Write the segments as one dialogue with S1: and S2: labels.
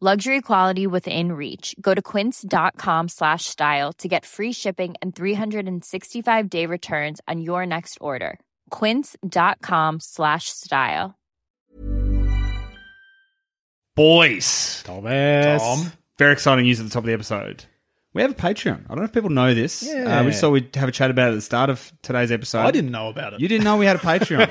S1: Luxury quality within reach. Go to quince.com slash style to get free shipping and 365 day returns on your next order. Quince.com slash style.
S2: Boys.
S3: Thomas.
S2: Very exciting news at the top of the episode. We have a Patreon. I don't know if people know this.
S3: Yeah.
S2: Uh, we just thought we'd have a chat about it at the start of today's episode.
S3: I didn't know about it.
S2: You didn't know we had a Patreon.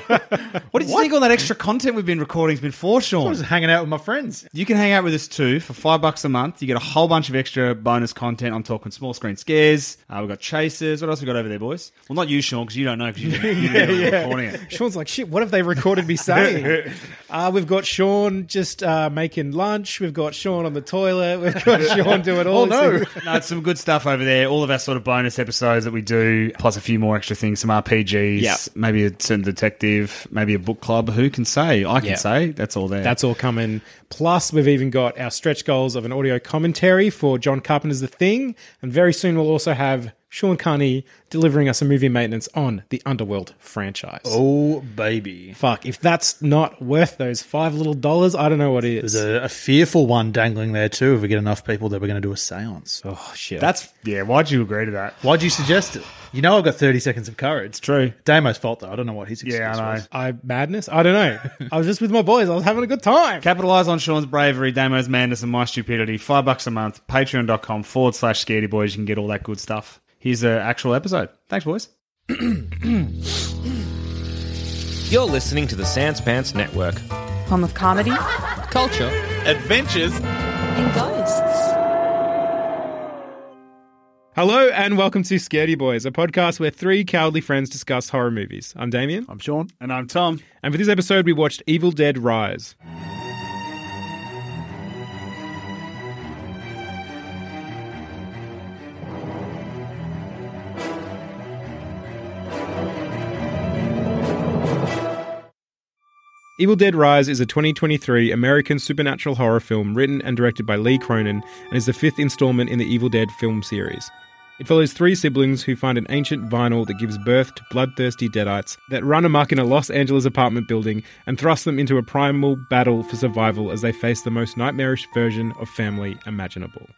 S2: what did you think all that extra content we've been recording has been for,
S3: I
S2: Sean?
S3: was hanging out with my friends.
S2: You can hang out with us too for five bucks a month. You get a whole bunch of extra bonus content. I'm talking small screen scares. Uh, we've got chasers. What else we got over there, boys? Well, not you, Sean, because you don't know because you you're recording it.
S4: Sean's like, shit, what have they recorded me saying? uh, we've got Sean just uh, making lunch. We've got Sean on the toilet. We've got Sean doing all this.
S2: Oh, no, it's some good stuff over there. All of our sort of bonus episodes that we do, plus a few more extra things, some RPGs,
S4: Yeah.
S2: maybe a certain detective, maybe a book club. Who can say? I can
S4: Yeah.
S2: say. That's all there.
S4: That's all coming. Plus, we've even got our stretch goals of an audio commentary for John Carpenter's The Thing. And very soon we'll also have Sean Carney delivering us a movie maintenance on the Underworld franchise.
S3: Oh, baby.
S4: Fuck, if that's not worth those five little dollars, I don't know what is.
S5: There's a, a fearful one dangling there too. If we get enough people that we're going to do a séance.
S4: oh, shit.
S2: that's yeah. Why'd you agree to that?
S5: Why'd you suggest it? You know I've got 30 seconds of courage. It's
S2: true.
S5: Damo's fault though. I don't know what his excuse
S2: Yeah, I know.
S5: was.
S4: I madness? I don't know. I was just with my boys. I was having a good time.
S2: Capitalize on Sean's bravery, Damo's madness, and my stupidity. Five bucks a month. Patreon.com forward slash scaredy boys. You can get all that good stuff. Here's the actual episode. Thanks, boys.
S6: You're listening to the Sans Pants Network.
S7: Home of comedy.
S6: Culture. Adventures.
S4: Hello and welcome to Scaredy Boys, a podcast where three cowardly friends discuss horror movies. I'm Damien,
S5: I'm Sean.
S2: And I'm Tom.
S4: and for this episode, we watched Evil Dead Rise. Evil Dead Rise is a 2023 American supernatural horror film written and directed by Lee Cronin and is the fifth installment in the Evil Dead film series. It follows three siblings who find an ancient vinyl that gives birth to bloodthirsty deadites that run amok in a Los Angeles apartment building and thrust them into a primal battle for survival as they face the most nightmarish version of family imaginable.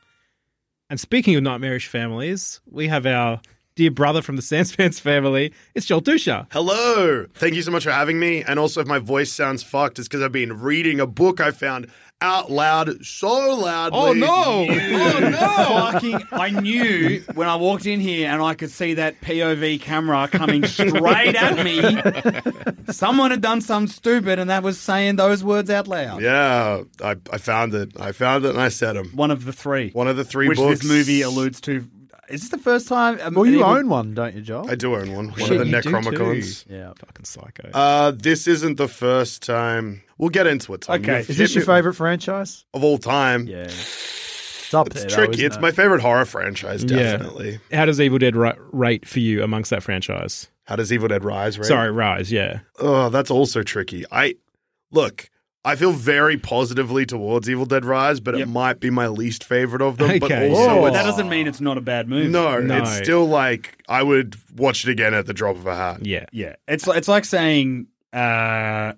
S4: And speaking of nightmarish families, we have our dear brother from the Sanspans family, it's Joel Dusha.
S8: Hello. Thank you so much for having me. And also, if my voice sounds fucked, it's because I've been reading a book I found out loud, so loudly.
S4: Oh no! Oh no!
S2: Fucking, I knew when I walked in here and I could see that POV camera coming straight at me. Someone had done something stupid and that was saying those words out loud.
S8: Yeah, I, I found it. I found it and I said them.
S2: One of the three.
S8: One of the three
S2: Which
S8: books.
S2: this movie alludes to. Is this the first time? Um,
S5: Well, you own one, don't you, Joel?
S8: I do own one. One
S5: Shit,
S8: of the
S5: you do
S8: Necromicons.
S5: too. Yeah.
S4: Fucking psycho.
S8: Uh, this isn't the first time. We'll get into it. Tom.
S2: Okay.
S8: You've
S5: Is this
S8: hit
S5: your
S8: me-
S5: favorite franchise?
S8: of all time?
S5: Yeah. It's up
S8: It's
S5: there. though,
S8: tricky.
S5: isn't
S8: It's
S5: it?
S8: my favorite horror franchise,
S4: Yeah.
S8: definitely.
S4: How does Evil Dead ri- rate for you amongst that franchise?
S8: How does Evil Dead Rise? Right.
S4: Sorry, Rise, yeah.
S8: Oh, that's also tricky. I look, I feel very positively towards Evil Dead Rise, but
S2: Yep.
S8: it might be my least favorite of them. But
S4: Okay.
S8: also,
S2: But
S8: it's-
S2: that doesn't mean it's not a bad movie.
S8: no,
S4: No.
S8: it's still like I would watch it again at the drop of a hat.
S4: Yeah.
S2: Yeah. It's, like- it's like saying. Uh,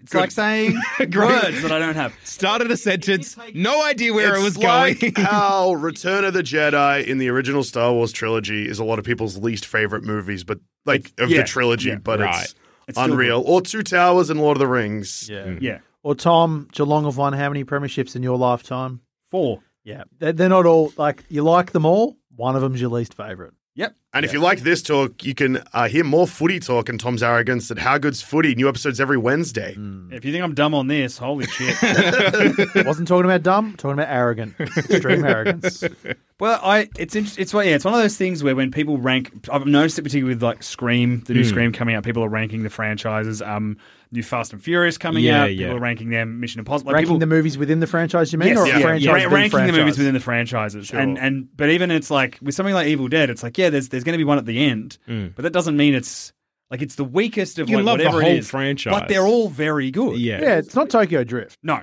S2: it's like saying words that I don't have.
S4: Started a sentence, no idea where
S8: it's
S4: it was
S8: like
S4: going.
S8: how Return of the Jedi in the original Star Wars trilogy is a lot of people's least favorite movies, but like of
S2: yeah,
S8: the trilogy,
S2: yeah,
S8: but
S4: right.
S8: it's,
S2: It's still
S8: unreal. Or Two Towers and Lord of the Rings.
S5: Yeah.
S2: Yeah.
S5: Or Tom, Geelong have won how many premierships in your lifetime?
S2: Four.
S5: Yeah. They're, they're not all like you like them all.
S7: One of them's your least favorite.
S2: Yep.
S8: And if you like this talk, you can uh, hear more footy talk and Tom's arrogance at How Good's Footy. New episodes every Wednesday.
S2: If you think I'm dumb on this, holy shit.
S7: Wasn't talking about dumb, talking about arrogant. Extreme arrogance.
S2: Well, I it's inter- it's what yeah, it's one of those things where when people rank, I've noticed it particularly with like Scream, the new
S4: Hmm.
S2: Scream coming out, people are ranking the franchises. Um, new Fast and Furious coming
S4: Yeah,
S2: out,
S4: yeah.
S2: people are ranking them. Mission Impossible, like
S7: ranking
S2: people,
S7: the movies within the franchise, you mean?
S2: Yes,
S7: or
S2: yeah,
S7: franchise
S2: yeah. Ra-
S7: within
S2: ranking the movies
S7: franchise?
S2: within the franchises,
S7: Sure.
S2: and and but even it's like with something like Evil Dead, it's like yeah, there's there's going to be one at the end, but that doesn't mean it's like it's the weakest of
S4: Hmm. You
S2: like
S4: love the
S2: whatever
S4: whole
S2: it is.
S4: franchise.
S2: but they're all very good.
S4: Yeah.
S7: Yeah, it's not Tokyo Drift.
S2: no,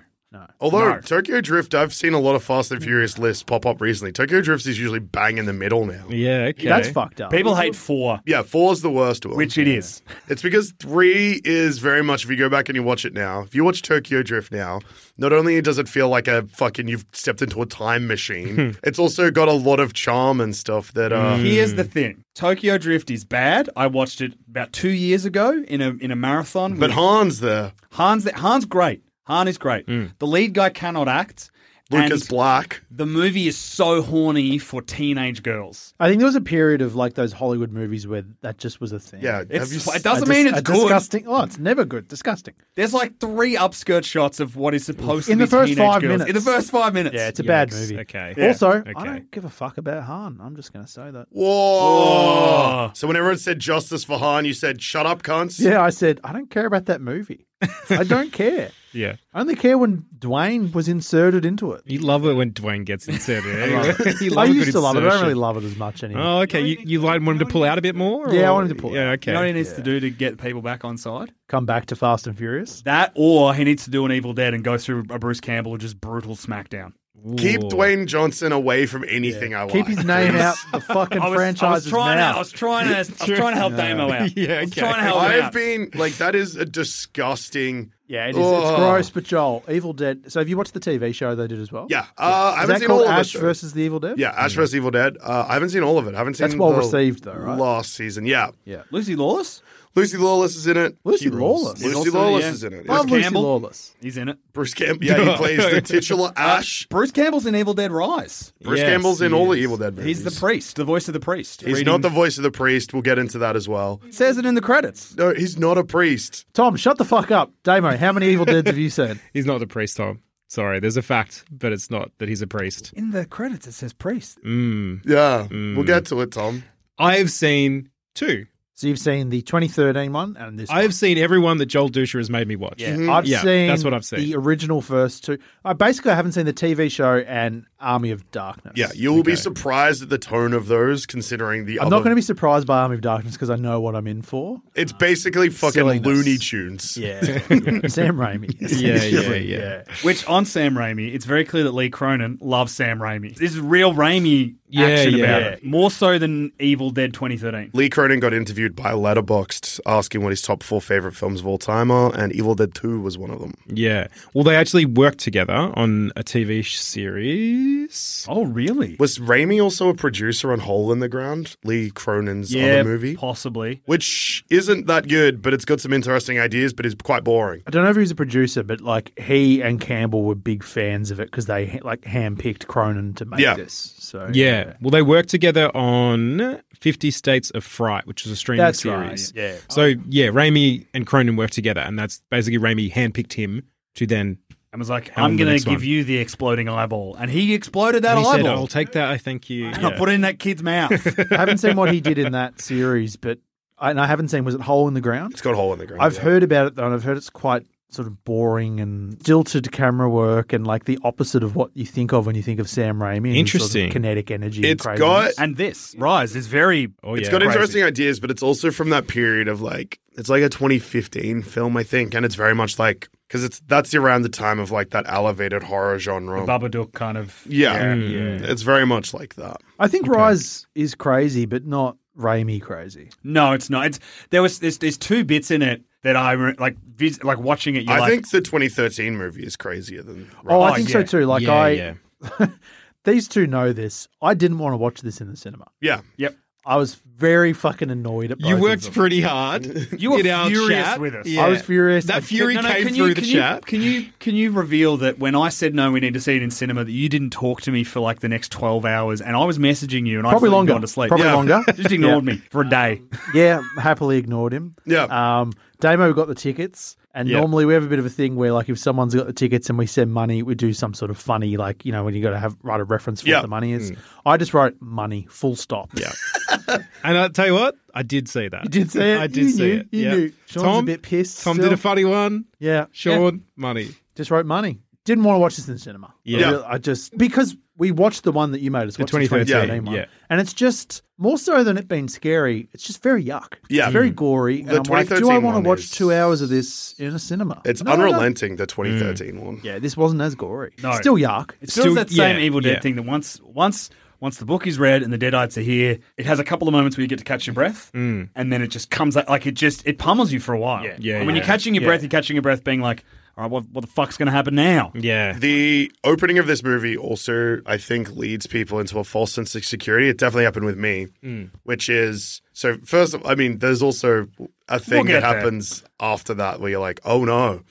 S8: Although
S2: No.
S8: Tokyo Drift, I've seen a lot of Fast and Furious lists pop up recently. Tokyo Drift is usually bang in the middle now.
S4: Yeah, okay.
S7: That's fucked up.
S2: people hate four,
S8: Yeah, four's the worst one.
S2: which it is.
S8: It's because three is very much, if you go back and you watch it now, if you watch Tokyo Drift now, not only does it feel like a fucking, you've stepped into a time
S2: Hmm.
S8: machine, it's also got a lot of charm and stuff that, uh,
S2: Here's the thing: Tokyo Drift is bad. I watched it about two years ago in a in a marathon.
S8: but
S2: with
S8: Han's there.
S2: Han's Han's great. Han is great. The lead guy cannot act.
S8: Mm. Lucas
S2: and
S8: Black.
S2: the movie is so horny for teenage girls.
S7: I think there was a period of like those Hollywood movies where that just was a thing.
S8: Yeah.
S2: It's,
S8: have you
S2: it
S8: s-
S2: doesn't
S7: A dis-
S2: mean it's
S7: a
S2: good.
S7: Disgusting. Oh, it's never good. Disgusting.
S2: There's like three upskirt shots of what is supposed
S7: In
S2: to be
S7: the first
S2: teenage
S7: five
S2: girls.
S7: minutes.
S2: In the first five minutes.
S7: Yeah, it's a bad
S4: Yikes.
S7: movie.
S4: Okay.
S7: Also, I
S4: Okay.
S7: don't give a fuck about Han. I'm just going to say that.
S8: Whoa. So when everyone said justice for Han, you said, shut up, cunts.
S7: Yeah, I said, I don't care about that movie. I don't care.
S4: Yeah.
S7: I only care when Dwayne was inserted into it.
S4: You love it when Dwayne gets inserted. anyway. You
S7: I
S4: a good
S7: used to love it. I don't
S4: insertion.
S7: really love it as much anymore.
S4: Oh, okay. You, you like wanted to pull out a bit more?
S7: Yeah, I
S4: or-
S7: wanted to pull
S4: Yeah,
S7: out.
S4: okay.
S2: You know what he needs to do to get people back on side?
S7: Come back to Fast and Furious.
S2: That, or he needs to do an Evil Dead and go through a Bruce Campbell or just brutal smackdown.
S8: Keep
S4: Ooh.
S8: Dwayne Johnson away from anything I like.
S7: Keep his name
S8: please.
S7: out the fucking
S2: I was, I was
S7: franchise's
S2: trying to,
S7: mouth.
S2: I was trying to, I was trying to help Damo out.
S4: Yeah,
S2: I was
S4: okay.
S2: trying to help him
S8: I've
S2: out.
S8: been like that is a disgusting.
S7: yeah, it is.
S8: Oh.
S7: It's gross, but Joel, Evil Dead. So have you watched the TV show they did as well?
S8: Yeah, uh, I
S7: Is
S8: haven't
S7: that
S8: seen all
S7: called
S8: of
S7: Ash
S8: it. though.
S7: versus the Evil Dead?
S8: Yeah, Ash vs Evil Dead. Uh, I haven't seen all of it. I haven't seen
S7: That's well
S8: the
S7: received though, right?
S8: Last season, yeah.
S7: Yeah.
S2: Lucy Lawless?
S8: Lucy Lawless is in it.
S7: Lucy
S8: She rules.
S7: Lawless? Is
S8: Lucy
S2: also-
S8: Lawless
S2: yeah.
S8: is in it.
S7: Love
S8: yeah.
S7: Lucy
S2: Campbell?
S7: Lawless.
S2: He's in it.
S8: Bruce Campbell. Yeah, he plays the titular Ash.
S2: Bruce Campbell's in Evil Dead Rise.
S8: Bruce
S4: Yes,
S8: Campbell's in
S4: he
S8: all the
S4: is.
S8: Evil Dead movies.
S2: He's the priest, the voice of the priest.
S8: He's
S2: Reading-
S8: not the voice of the priest. We'll get into that as well.
S2: says it in the credits.
S8: No, he's not a priest.
S7: Tom, shut the fuck up. Damo, how many Evil Deads have you seen?
S4: He's not the priest, Tom. Sorry, there's a fact, but it's not that he's a priest. Mm.
S2: In the credits, it says priest.
S8: Yeah, we'll get to it, Tom.
S4: I've seen two.
S7: So you've seen the 2013 one and this.
S4: I've seen everyone that Joel Dusha has made me watch.
S7: one. I've
S4: yeah,
S7: seen
S4: that's what I've seen.
S7: the original first two. I basically haven't seen the TV show and Army of Darkness.
S8: Yeah, you will be surprised at the tone of those, considering the.
S7: I'm
S8: other...
S7: not going to be surprised by Army of Darkness because I know what I'm in for.
S8: It's basically fucking
S7: Silliness.
S8: Looney Tunes.
S7: Yeah, Sam Raimi.
S4: yeah, yeah,
S7: essentially.
S4: yeah.
S2: Which on Sam Raimi, it's very clear that Lee Cronin loves Sam Raimi. This is real Raimi
S4: Yeah,
S2: action
S4: yeah.
S2: about it. More so than Evil Dead 2013.
S8: Lee Cronin got interviewed by Letterboxd asking what his top four favorite films of all time are, and Evil Dead 2 was one of them.
S4: Yeah. Well, they actually worked together on a TV sh- series.
S2: Oh, really?
S8: Was Raimi also a producer on Hole in the Ground, Lee Cronin's
S2: yeah,
S8: other movie?
S2: possibly.
S8: Which isn't that good, but it's got some interesting ideas, but is quite boring.
S7: I don't know if he was a producer, but like he and Campbell were big fans of it because they like handpicked Cronin to make
S8: Yeah.
S7: this. So
S4: Yeah. Well, they worked together on 50 States of Fright, which is a streaming
S7: That's right,
S4: series.
S7: yeah.
S4: So, yeah, Raimi and Cronin worked together, and that's basically Raimi handpicked him to then.
S2: And was like,
S4: Hell,
S2: I'm
S4: the
S2: going
S4: next
S2: to give
S4: one.
S2: you the exploding eyeball. And he exploded that
S4: he
S2: eyeball.
S4: said, I'll take that, I thank you.
S2: and I
S4: Yeah.
S2: put it in that kid's mouth.
S7: I haven't seen what he did in that series, but I, and I haven't seen was it Hole in the Ground?
S8: It's got Hole in the Ground.
S7: I've
S8: yeah.
S7: heard about it though, and I've heard it's quite sort of boring and jilted camera work and like the opposite of what you think of when you think of Sam Raimi. and his Sort
S4: Interesting.
S7: of kinetic energy. and
S8: It's
S7: craziness.
S8: got
S2: and this, Rise, is very.
S4: Oh,
S8: It's
S4: yeah.
S8: got
S2: Crazy.
S8: interesting ideas, but it's also from that period of like it's like a 2015 film, I think, and it's very much like because it's that's around the time of like that elevated horror genre.
S2: Babadook kind of.
S8: yeah,
S4: Mm.
S8: Mm. it's very much like that.
S7: I think Rise is crazy, but not Raimi crazy.
S2: No, it's not. It's there was there's, there's two bits in it that I re- like vis- like watching it. You're
S8: I
S2: like,
S8: think the 2013 movie is crazier than.
S7: Oh, I
S2: Oh,
S7: think
S2: yeah.
S7: so too. Like
S4: Yeah,
S7: I,
S4: yeah.
S7: these two know this. I didn't want to watch this in the cinema.
S8: yeah,
S2: yep.
S7: I was very fucking annoyed at both
S4: You
S7: of
S4: worked
S7: them.
S4: pretty hard.
S2: You were
S4: in our
S2: furious
S4: chat.
S2: with us.
S7: I was furious. I-
S4: That fury
S2: No, no,
S4: came
S2: can
S4: through
S2: you,
S4: the
S2: can
S4: chat.
S2: You, can you can you reveal that when I said no, we need to see it in cinema, that you didn't talk to me for like the next twelve hours, and I was messaging you, and
S7: Probably
S2: I was
S7: longer.
S2: gone to sleep.
S7: Probably
S2: Yeah.
S7: longer.
S2: Just ignored me for a day.
S7: yeah, happily ignored him.
S8: Yeah.
S7: Um, Damo got the tickets, and
S4: Yeah.
S7: normally we have a bit of a thing where, like, if someone's got the tickets and we send money, we do some sort of funny, like, you know, when you got to have write a reference for
S8: Yeah. Mm.
S7: what the money is. I just wrote money, full stop. Yeah.
S4: And I'll tell you what, I did see that. You
S7: did see it?
S4: I did
S7: You
S4: see
S7: knew,
S4: it.
S7: you
S4: yeah.
S7: knew. Sean's a
S4: Tom,
S7: bit pissed
S4: Tom
S7: still.
S4: did a funny one.
S7: yeah.
S4: Sean, money.
S7: Just wrote money. Didn't want to watch this in the cinema.
S4: Yeah.
S7: I, really- I just because we watched the one that you made us watch, the
S4: 2013,
S7: 2013 one,
S4: yeah.
S7: and it's just more so than it being scary. It's just very yuck.
S8: Yeah.
S7: it's very gory.
S8: The
S7: and I'm like, do I
S8: 2013
S7: want
S8: one
S7: to watch
S8: is-
S7: two hours of this in a cinema?
S8: It's
S7: No, I don't.
S8: unrelenting, the 2013 one.
S7: Yeah, this wasn't as gory.
S2: No.
S7: Still yuck.
S2: It
S4: Still-
S2: still, feels that same
S4: yeah,
S2: Evil Dead
S4: yeah.
S2: thing that once once once the book is read and the Deadites are here, it has a couple of moments where you get to catch your breath, and then it just comes out like it just it pummels you for a while. Yeah,
S4: Yeah,
S2: And when
S4: yeah.
S2: you're catching your
S4: Yeah.
S2: breath, you're catching your breath, being like, all right, what what the fuck's going to happen now?
S4: Yeah.
S8: The opening of this movie also, I think, leads people into a false sense of security. It definitely happened with me,
S2: Mm.
S8: which is so. First, of- I mean, there's also a thing
S2: get
S8: that
S2: there.
S8: happens after that where you're like, "Oh no!"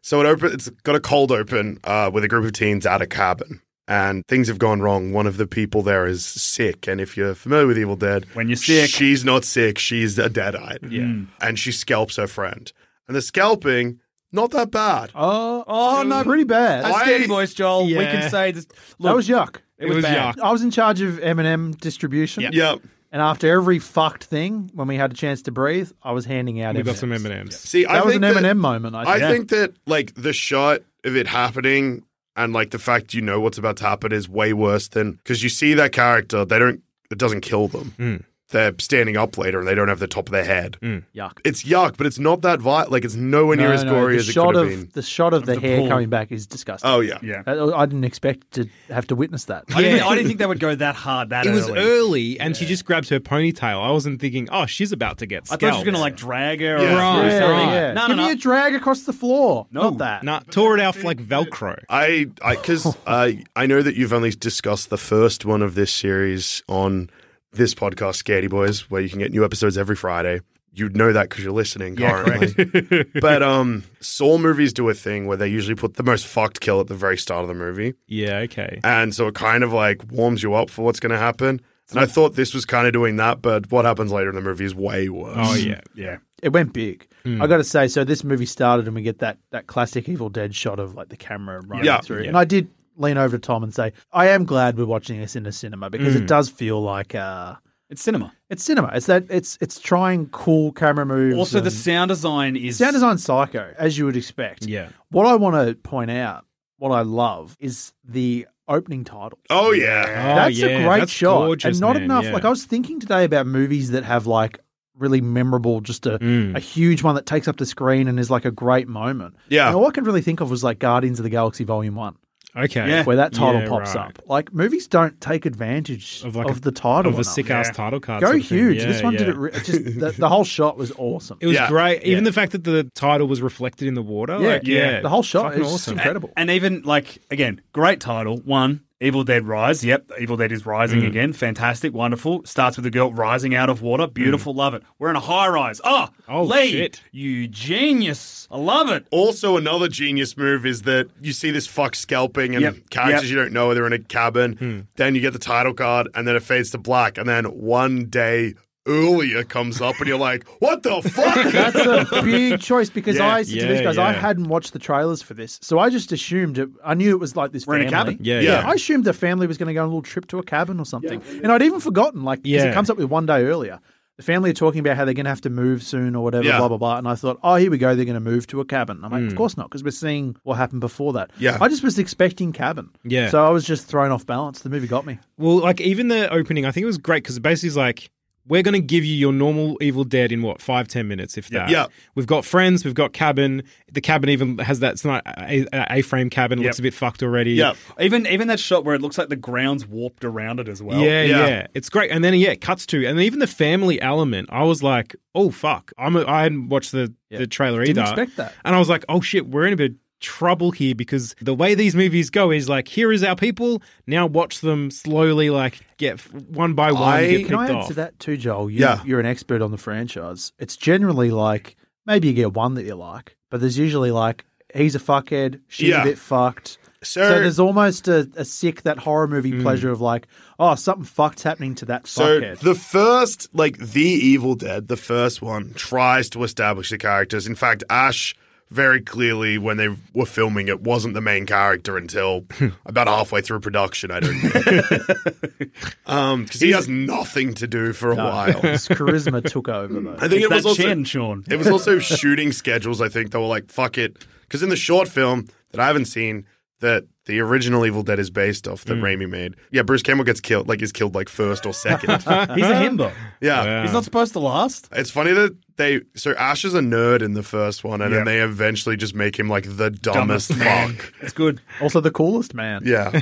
S8: so it open. It's got a cold open uh, with a group of teens at a cabin, and things have gone wrong. One of the people there is sick, and if you're familiar with Evil Dead,
S2: When you're sick.
S8: she's not sick; she's a deadite. Yeah, and she scalps her friend, and the scalping not that bad.
S7: Oh,
S2: Oh, no.
S7: pretty bad.
S2: That's
S8: I-
S2: scary voice, Joel. We
S4: Yeah.
S2: can say this.
S7: that was yuck.
S4: It was
S2: bad.
S4: yuck.
S7: I was in charge of M&M distribution.
S8: yeah.
S7: And after every fucked thing, when we had a chance to breathe, I was handing out.
S4: We got some
S7: M&Ms.
S4: M&Ms.
S8: See, I
S7: That was an
S8: think that-
S7: M&M moment. I,
S8: I think
S7: think.
S8: that like the shot of it happening and like the fact you know what's about to happen is way worse than because you see that character, they don't it doesn't kill them. They're standing up later and they don't have the top of their head.
S7: yuck.
S8: It's yuck, but it's not that vi Like it's nowhere near
S7: No,
S8: as
S7: no,
S8: gory
S7: the
S8: as it
S7: shot
S8: could have
S7: of,
S8: been.
S7: The shot of the, hair
S2: pool.
S7: coming back is disgusting.
S8: Oh yeah,
S2: Yeah.
S7: I, I didn't expect to have to witness that.
S2: I, didn't, I didn't think they would go that hard that
S4: It
S2: early.
S4: was early, and she just grabs her ponytail. I wasn't thinking, oh, she's about to get
S2: I thought
S4: scalped.
S2: she was going to like drag her.
S8: Yeah.
S2: Or
S4: Right,
S2: do
S7: Yeah,
S2: something.
S7: yeah.
S2: No, no,
S7: Give
S2: no.
S7: me a drag across the floor.
S2: No.
S7: Not that.
S4: Nah, tore it off like Velcro.
S8: I I because I I know that you've only discussed the first one of this series on this podcast, Scaredy Boys, where you can get new episodes every Friday. You'd know that because you're listening currently. but um, Saw movies do a thing where they usually put the most fucked kill at the very start of the movie,
S4: Yeah, okay.
S8: and so it kind of like warms you up for what's going to happen. And I thought this was kind of doing that, but what happens later in the movie is way worse.
S4: Oh,
S7: Mm.
S4: yeah.
S2: Yeah.
S7: It went big.
S8: Hmm.
S7: I got to say, so this movie started and we get that, that classic Evil Dead shot of like the camera running
S8: Yeah.
S7: through. And I did lean over to Tom and say, I am glad we're watching this in a cinema because
S8: Hmm.
S7: it does feel like uh,
S2: It's cinema.
S7: it's cinema. It's that it's it's trying cool camera moves.
S2: Also, the
S7: and-
S2: sound design is
S7: Sound design psycho, as you would expect.
S4: Yeah.
S7: What I want to point out, what I love, is the opening title.
S8: Oh yeah.
S4: Oh,
S7: that's
S4: yeah,
S7: a great
S4: that's
S7: shot,
S4: gorgeous,
S7: and not
S4: man,
S7: enough.
S4: yeah.
S7: Like I was thinking today about movies that have like really memorable, just a,
S4: Mm.
S7: a huge one that takes up the screen and is like a great moment.
S8: Yeah.
S7: And all I could really think of was like Guardians of the Galaxy Volume One,
S4: Okay.
S2: Yeah.
S7: where that title
S4: Yeah,
S7: pops
S4: right.
S7: up. Like movies don't take advantage of,
S4: Of like a-
S7: the title
S4: Of a
S7: enough.
S4: sick ass title card.
S7: Go
S4: sort of thing.
S7: huge!
S4: Yeah,
S7: this one did
S4: yeah.
S7: it. Re- just the, the whole shot was awesome.
S4: It was
S8: Yeah.
S4: great. Even the fact that the title was reflected in the water.
S7: Yeah,
S4: like,
S7: yeah. The whole shot
S4: Fucking
S7: is
S4: awesome.
S7: incredible.
S2: And even like again, great title. One, Evil Dead Rise. Yep, Evil Dead is rising again. Fantastic, wonderful. Starts with a girl rising out of water. Beautiful, love it. We're in a high rise. Oh,
S4: Oh,
S2: Lee,
S4: shit.
S2: you genius. I love it.
S8: Also, another genius move is that you see this fuck scalping and
S2: Yep,
S8: characters
S2: yep. Hmm.
S8: you don't know, they're in a cabin. Then you get the title card, and then it fades to black. And then one day earlier comes up, and you're like, what the fuck?
S7: That's a big choice because I said to these
S4: yeah,
S7: guys, I
S4: yeah.
S7: hadn't watched the trailers for this, so I just assumed it. I knew it was like this
S2: We're in
S7: family.
S2: a cabin.
S4: Yeah,
S8: Yeah.
S4: yeah.
S7: I assumed the family was going to go on a little trip to a cabin or something, and I'd even forgotten like because
S4: Yeah.
S7: it comes up with one day earlier. The family are talking about how they're going to have to move soon or whatever,
S8: Yeah. Hmm.
S7: blah blah blah. And I thought, oh, here we go, they're going to move to a cabin. I'm like, of course not, because we're seeing what happened before that.
S8: Yeah.
S7: I just was expecting cabin.
S4: Yeah.
S7: so I was just thrown off balance. The movie got me.
S4: Well, like even the opening, I think it was great because basically it's like we're going to give you your normal Evil Dead in what five ten minutes, if that.
S8: Yeah.
S4: We've got friends. We've got cabin. The cabin even has that. It's not uh, a, a frame cabin. Looks a bit fucked already.
S8: Yep.
S2: Even even that shot where it looks like the ground's warped around it as well.
S4: Yeah, yeah,
S8: Yeah.
S4: it's great. And then yeah, it cuts to, and even the family element. I was like, oh fuck, I'm a, I hadn't watched the the trailer
S7: Didn't
S4: either.
S7: expect that.
S4: and I was like, oh shit, we're in a bit trouble here because the way these movies go is like, here is our people. Now watch them slowly, like get f- one by one.
S8: I-
S4: get picked
S8: Can
S7: I
S4: off.
S7: add to that too, Joel? You,
S8: Yeah.
S7: You're an expert on the franchise. It's generally like maybe you get one that you like, but there's usually like he's a fuckhead, she's
S8: Yeah.
S7: a bit fucked.
S8: So-
S7: there's almost a, a sick that horror movie pleasure of like, oh, something fucked's happening to that
S8: Hmm. So
S7: fuckhead.
S8: the first, like the Evil Dead, the first one tries to establish the characters. In fact, Ash very clearly, when they were filming it, wasn't the main character until about halfway through production. I don't know, um, because he has nothing to do for a while.
S7: His charisma took over though.
S8: I think it
S2: It's
S8: was
S2: that
S8: also
S2: chin, Sean.
S8: it was also shooting schedules. I think they were like, "Fuck it," because in the short film that I haven't seen, that the original Evil Dead is based off
S2: Mm.
S8: that Raimi made. Yeah, Bruce Campbell gets killed, like is killed like first or second.
S2: He's a himbo.
S8: yeah,
S2: He's not supposed to last.
S8: It's funny that they so Ash is a nerd in the first one, and
S2: Yep.
S8: then they eventually just make him like the dumbest,
S2: man.
S8: fuck.
S2: It's good.
S7: Also the coolest man.
S8: Yeah,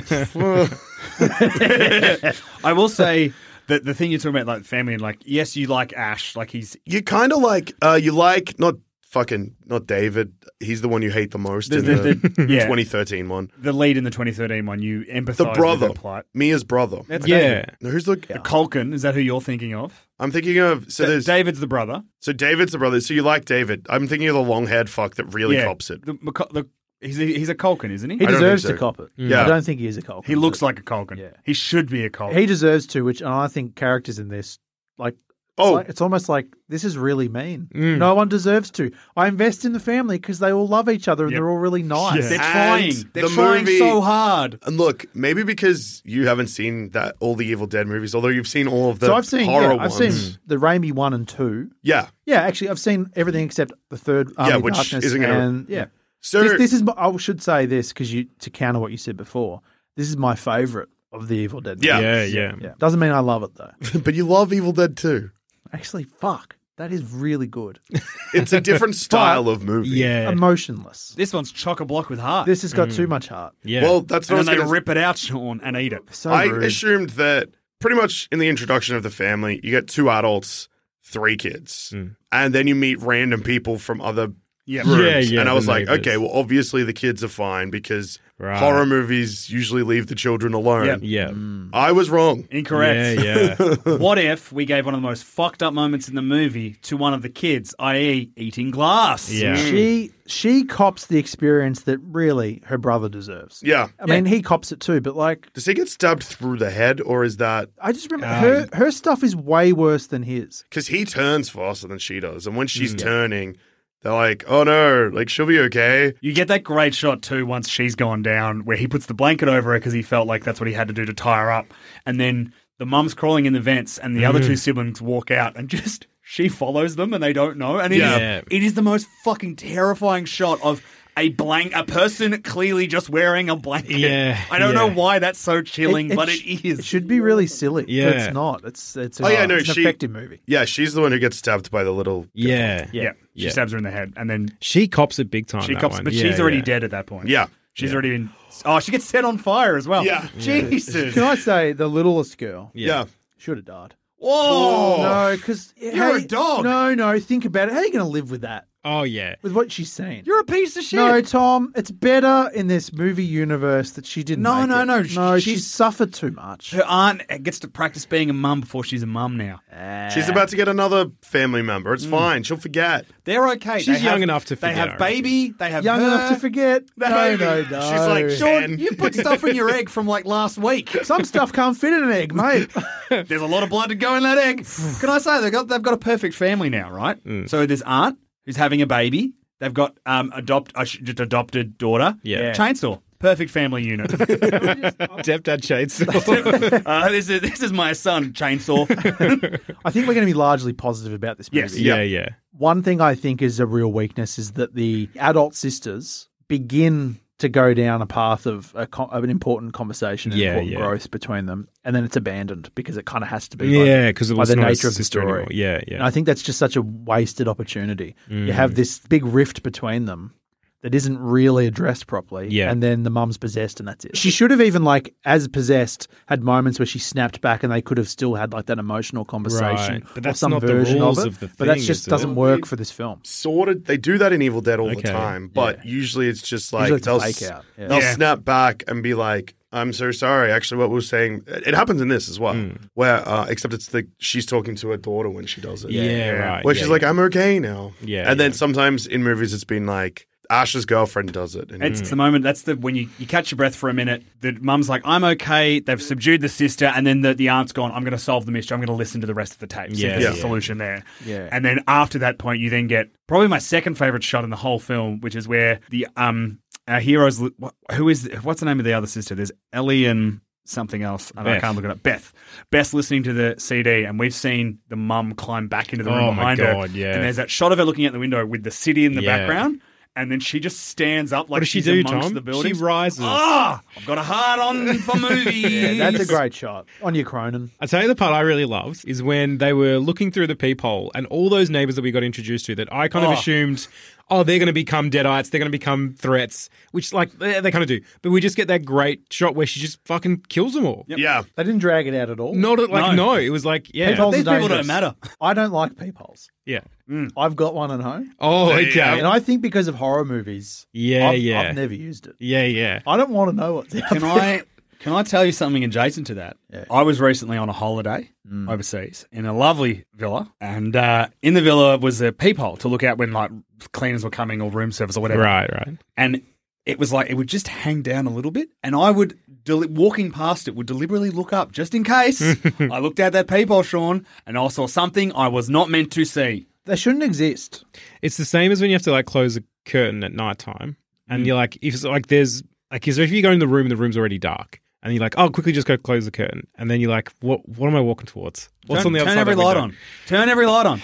S2: I will say that the thing you're talking about, like family, and like, yes, you like Ash. Like, he's.
S8: you kind of like uh, you like not fucking not David. He's the one you hate the most
S2: The,
S8: in
S2: the,
S8: the,
S2: the, yeah,
S8: 2013 one.
S2: the lead in the 2013 one, you empathize
S8: The brother,
S2: with the plot.
S8: Mia's brother.
S2: That's
S4: yeah.
S2: David.
S8: no, who's the?
S2: Culkin, is that who you're thinking of?
S8: I'm thinking of so
S2: Da-
S8: there's
S2: David's the brother.
S8: so David's the brother. So you like David? I'm thinking of the long haired fuck that really
S2: yeah.
S8: cops it.
S2: The, Maca- the, he's, a, he's a Culkin, isn't he?
S7: He
S8: I don't
S7: deserves
S8: think
S7: to
S8: so.
S7: cop it.
S8: Yeah.
S7: I don't think he is a cop.
S2: He looks like a Culkin.
S7: Yeah.
S2: He should be a Culkin.
S7: he deserves to, which and I think characters in this like
S8: Oh. Hmm.
S7: oh, it's, almost like this is really mean. No one deserves to. I invest in the family because they all love each other and
S2: Yep.
S7: they're all really nice.
S2: They're
S8: Yeah.
S2: trying.
S8: And
S2: They're
S8: the
S2: trying
S8: movie-
S2: so hard.
S8: And look, maybe because you haven't seen that all the Evil Dead movies, although you've seen all of the
S7: so I've seen,
S8: horror
S7: yeah, I've
S8: ones.
S7: seen the Raimi one and two.
S8: yeah,
S7: Yeah, actually, I've seen everything except the third. Army
S8: Yeah,
S7: of
S8: which
S7: Darkness
S8: isn't gonna-
S7: and- yeah.
S8: So-
S7: this, this is. my- I should say this because you to counter what you said before. This is my favorite of the Evil Dead.
S8: Yeah.
S4: Yeah,
S7: movies.
S4: yeah.
S7: yeah. Doesn't mean I love it though.
S8: but you love Evil Dead too.
S7: Actually, fuck, that is really good.
S8: It's a different style of movie.
S4: Yeah. Mm.
S7: Emotionless.
S2: This one's chock a block with heart.
S7: This has got too much heart.
S4: Yeah.
S8: Well, that's what
S2: and
S8: I
S2: then
S8: was going
S2: they
S8: to
S2: rip it out, Sean, and eat it.
S7: So
S8: I
S7: rude.
S8: assumed that pretty much in the introduction of the family, you get two adults, three kids,
S4: Mm.
S8: and then you meet random people from other
S2: Yeah.
S8: rooms.
S4: Yeah, yeah,
S8: and I
S4: the
S8: was like,
S4: neighbors.
S8: okay, well, obviously the kids are fine because
S4: Right.
S8: horror movies usually leave the children alone.
S2: Yep.
S4: yeah.
S2: Mm.
S8: I was wrong.
S2: Incorrect.
S4: Yeah, yeah.
S2: what if we gave one of the most fucked up moments in the movie to one of the kids, i.e., eating glass?
S4: Yeah.
S7: She she cops the experience that really her brother deserves.
S8: Yeah.
S7: I mean, he cops it too, but like,
S8: Does he get stabbed through the head, or is that
S7: I just remember
S4: Um,
S7: her her stuff is way worse than his.
S8: because he turns faster than she does? And when
S4: Mm,
S8: she's turning, they're like, oh no, like she'll be okay.
S2: You get that great shot too once she's gone down, where he puts the blanket over her because he felt like that's what he had to do to tie her up. And then the mum's crawling in the vents, and the other
S4: Mm.
S2: two siblings walk out and just. She follows them and they don't know. And it is
S4: Yeah.
S2: it is the most fucking terrifying shot of a blank a person clearly just wearing a blanket.
S4: Yeah,
S2: I don't know
S4: yeah.
S2: why that's so chilling, but
S7: sh-
S2: it is.
S7: It should be really silly.
S4: Yeah.
S7: but it's not. It's it's,
S8: Oh, yeah, no,
S7: it's an
S8: she-
S7: effective movie.
S8: Yeah, she's the one who gets stabbed by the little.
S4: yeah.
S2: Yeah. She
S4: Yeah.
S2: stabs her in the head and then
S4: She cops it big time.
S2: she
S4: that
S2: cops,
S4: one.
S2: but
S4: Yeah,
S2: she's already
S4: yeah.
S2: dead at that point.
S8: Yeah.
S2: She's already been. Oh, she gets set on fire as well.
S8: Yeah.
S2: Jesus.
S7: Can I say the littlest girl
S8: Yeah.
S7: should have died?
S2: Whoa.
S7: No, because
S2: Oh! You're a dog.
S7: No, no, think about it. How are you going to live with that?
S4: Oh yeah.
S7: With what she's saying?
S2: You're a piece of shit.
S7: No, Tom, it's better in this movie universe that she didn't.
S2: No,
S7: make
S2: no,
S7: it.
S2: no, sh-
S7: no. She
S2: she's-
S7: suffered too much.
S2: Her aunt gets to practice being a mum before she's a mum now.
S8: She's about to get another family member. It's fine. She'll forget.
S2: They're okay.
S4: She's
S2: They
S4: young
S2: have-
S4: enough to
S2: They
S4: forget, I
S2: have
S4: reckon.
S2: baby. They have
S7: Young
S2: her.
S7: enough to forget. No, no, no.
S2: She's like,
S8: She's like,
S2: Sean,
S8: Jen.
S2: you put stuff in your egg from like last week.
S7: some stuff can't fit in an egg, mate.
S2: There's a lot of blood to go in that egg. Can I say they've got they've got a perfect family now, right?
S4: Mm.
S2: So there's aunt who's having a baby. They've got um adopt uh, just adopted daughter.
S4: Yeah.
S2: chainsaw. Perfect family unit.
S4: Stepdad Chainsaw.
S2: uh, this is this is my son, chainsaw.
S7: I think we're going to be largely positive about this movie.
S2: Yes.
S4: yeah, yeah.
S7: One thing I think is a real weakness is that the adult sisters begin to go down a path of, a, co- of an important conversation and
S4: Yeah,
S7: important
S4: yeah.
S7: growth between them, and then it's abandoned because it kind of has to be. by-
S4: Yeah, because it
S7: by
S4: was
S7: the
S4: not
S7: nature
S4: his
S7: of the
S4: sister
S7: story.
S4: anymore. Yeah,
S7: And
S4: yeah.
S7: Mm. I think that's just such a wasted opportunity. You have this big rift between them that isn't really addressed properly.
S4: Yeah.
S7: And then the mum's possessed and that's it. She should have even like as possessed had moments where she snapped back and they could have still had like that emotional conversation
S4: Right. But
S7: or
S4: that's
S7: some
S4: not the
S7: version
S4: rules
S7: of it.
S4: of the
S7: but that
S4: thing,
S7: just
S4: is it?
S7: doesn't work for this film.
S8: Sort of, they do that in Evil Dead all the
S4: Okay,
S8: time, but usually it's just like
S7: Usually it's a
S8: they'll,
S7: fake out, yeah.
S8: they'll
S2: Yeah.
S8: snap back and be like, "I'm so sorry." Actually, what we were saying, it it happens in this as well,
S4: Mm.
S8: where uh, except it's the she's talking to her daughter when she does it.
S4: Yeah, right.
S8: where
S4: yeah,
S8: she's
S4: yeah.
S8: like, "I'm okay now."
S4: Yeah,
S8: and then
S4: yeah.
S8: sometimes in movies, it's been like Ash's girlfriend does it, and
S2: It's the moment that's the when you, you catch your breath for a minute. The mum's like, "I'm okay." They've subdued the sister, and then the, the aunt's gone. I'm going to solve the mystery. I'm going to listen to the rest of the tape. See
S4: Yeah.
S2: if there's a
S4: Yeah.
S2: solution there.
S7: Yeah.
S2: And then after that point, you then get probably my second favorite shot in the whole film, which is where the um our heroes li- wh- who is what's the name of the other sister? There's Ellie and something else. I, don't- I
S4: Beth.
S2: can't look it up. Beth. Beth listening to the CD, and we've seen the mum climb back into the room
S4: Oh my
S2: behind
S4: God,
S2: her.
S4: yeah.
S2: And there's that shot of her looking out the window with the city in the
S4: Yeah.
S2: background. And then she just stands up like
S4: What does she
S2: she's
S4: do,
S2: amongst
S4: Tom?
S2: The buildings.
S4: She rises.
S2: Ah, I've got a hard on for movies.
S7: Yeah, that's a great shot. On your Cronin.
S4: I tell you the part I really loved is when they were looking through the peephole and all those neighbors that we got introduced to that I kind of
S2: Oh.
S4: assumed, oh, they're going to become deadites, they're going to become threats, which like they, they kind of do. But we just get that great shot where she just fucking kills them all.
S8: yeah,
S7: They didn't drag it out at all.
S4: Not at, like no.
S2: No.
S4: it was like yeah,
S7: Peepholes
S2: These
S7: are
S2: people don't
S7: dangerous.
S2: matter.
S7: I don't like peepholes.
S4: yeah.
S7: I've got one at home.
S4: Oh, okay,
S7: And I think because of horror movies,
S4: Yeah,
S7: I've,
S4: yeah.
S7: I've never used it.
S4: yeah, yeah.
S7: I don't want to know what's out
S2: Can
S7: there.
S2: I can I tell you something adjacent to that? I was recently on a holiday overseas in a lovely villa, and uh, in the villa was a peephole to look out when like cleaners were coming or room service or whatever.
S4: Right, right.
S2: and it was like it would just hang down a little bit, and I would del- walking past it would deliberately look up just in case. I looked out that peephole, Sean, and I saw something I was not meant to see.
S7: They shouldn't exist.
S4: It's the same as when you have to like close a curtain at nighttime, and you're like, if it's like there's like, is there if you go in the room and the room's already dark, and you're like, oh, quickly just go close the curtain, and then you're like, what? What am I walking towards? What's
S2: turn,
S4: on the other
S2: turn
S4: side? of
S2: every
S4: that
S2: light
S4: window?
S2: on. Turn every light on.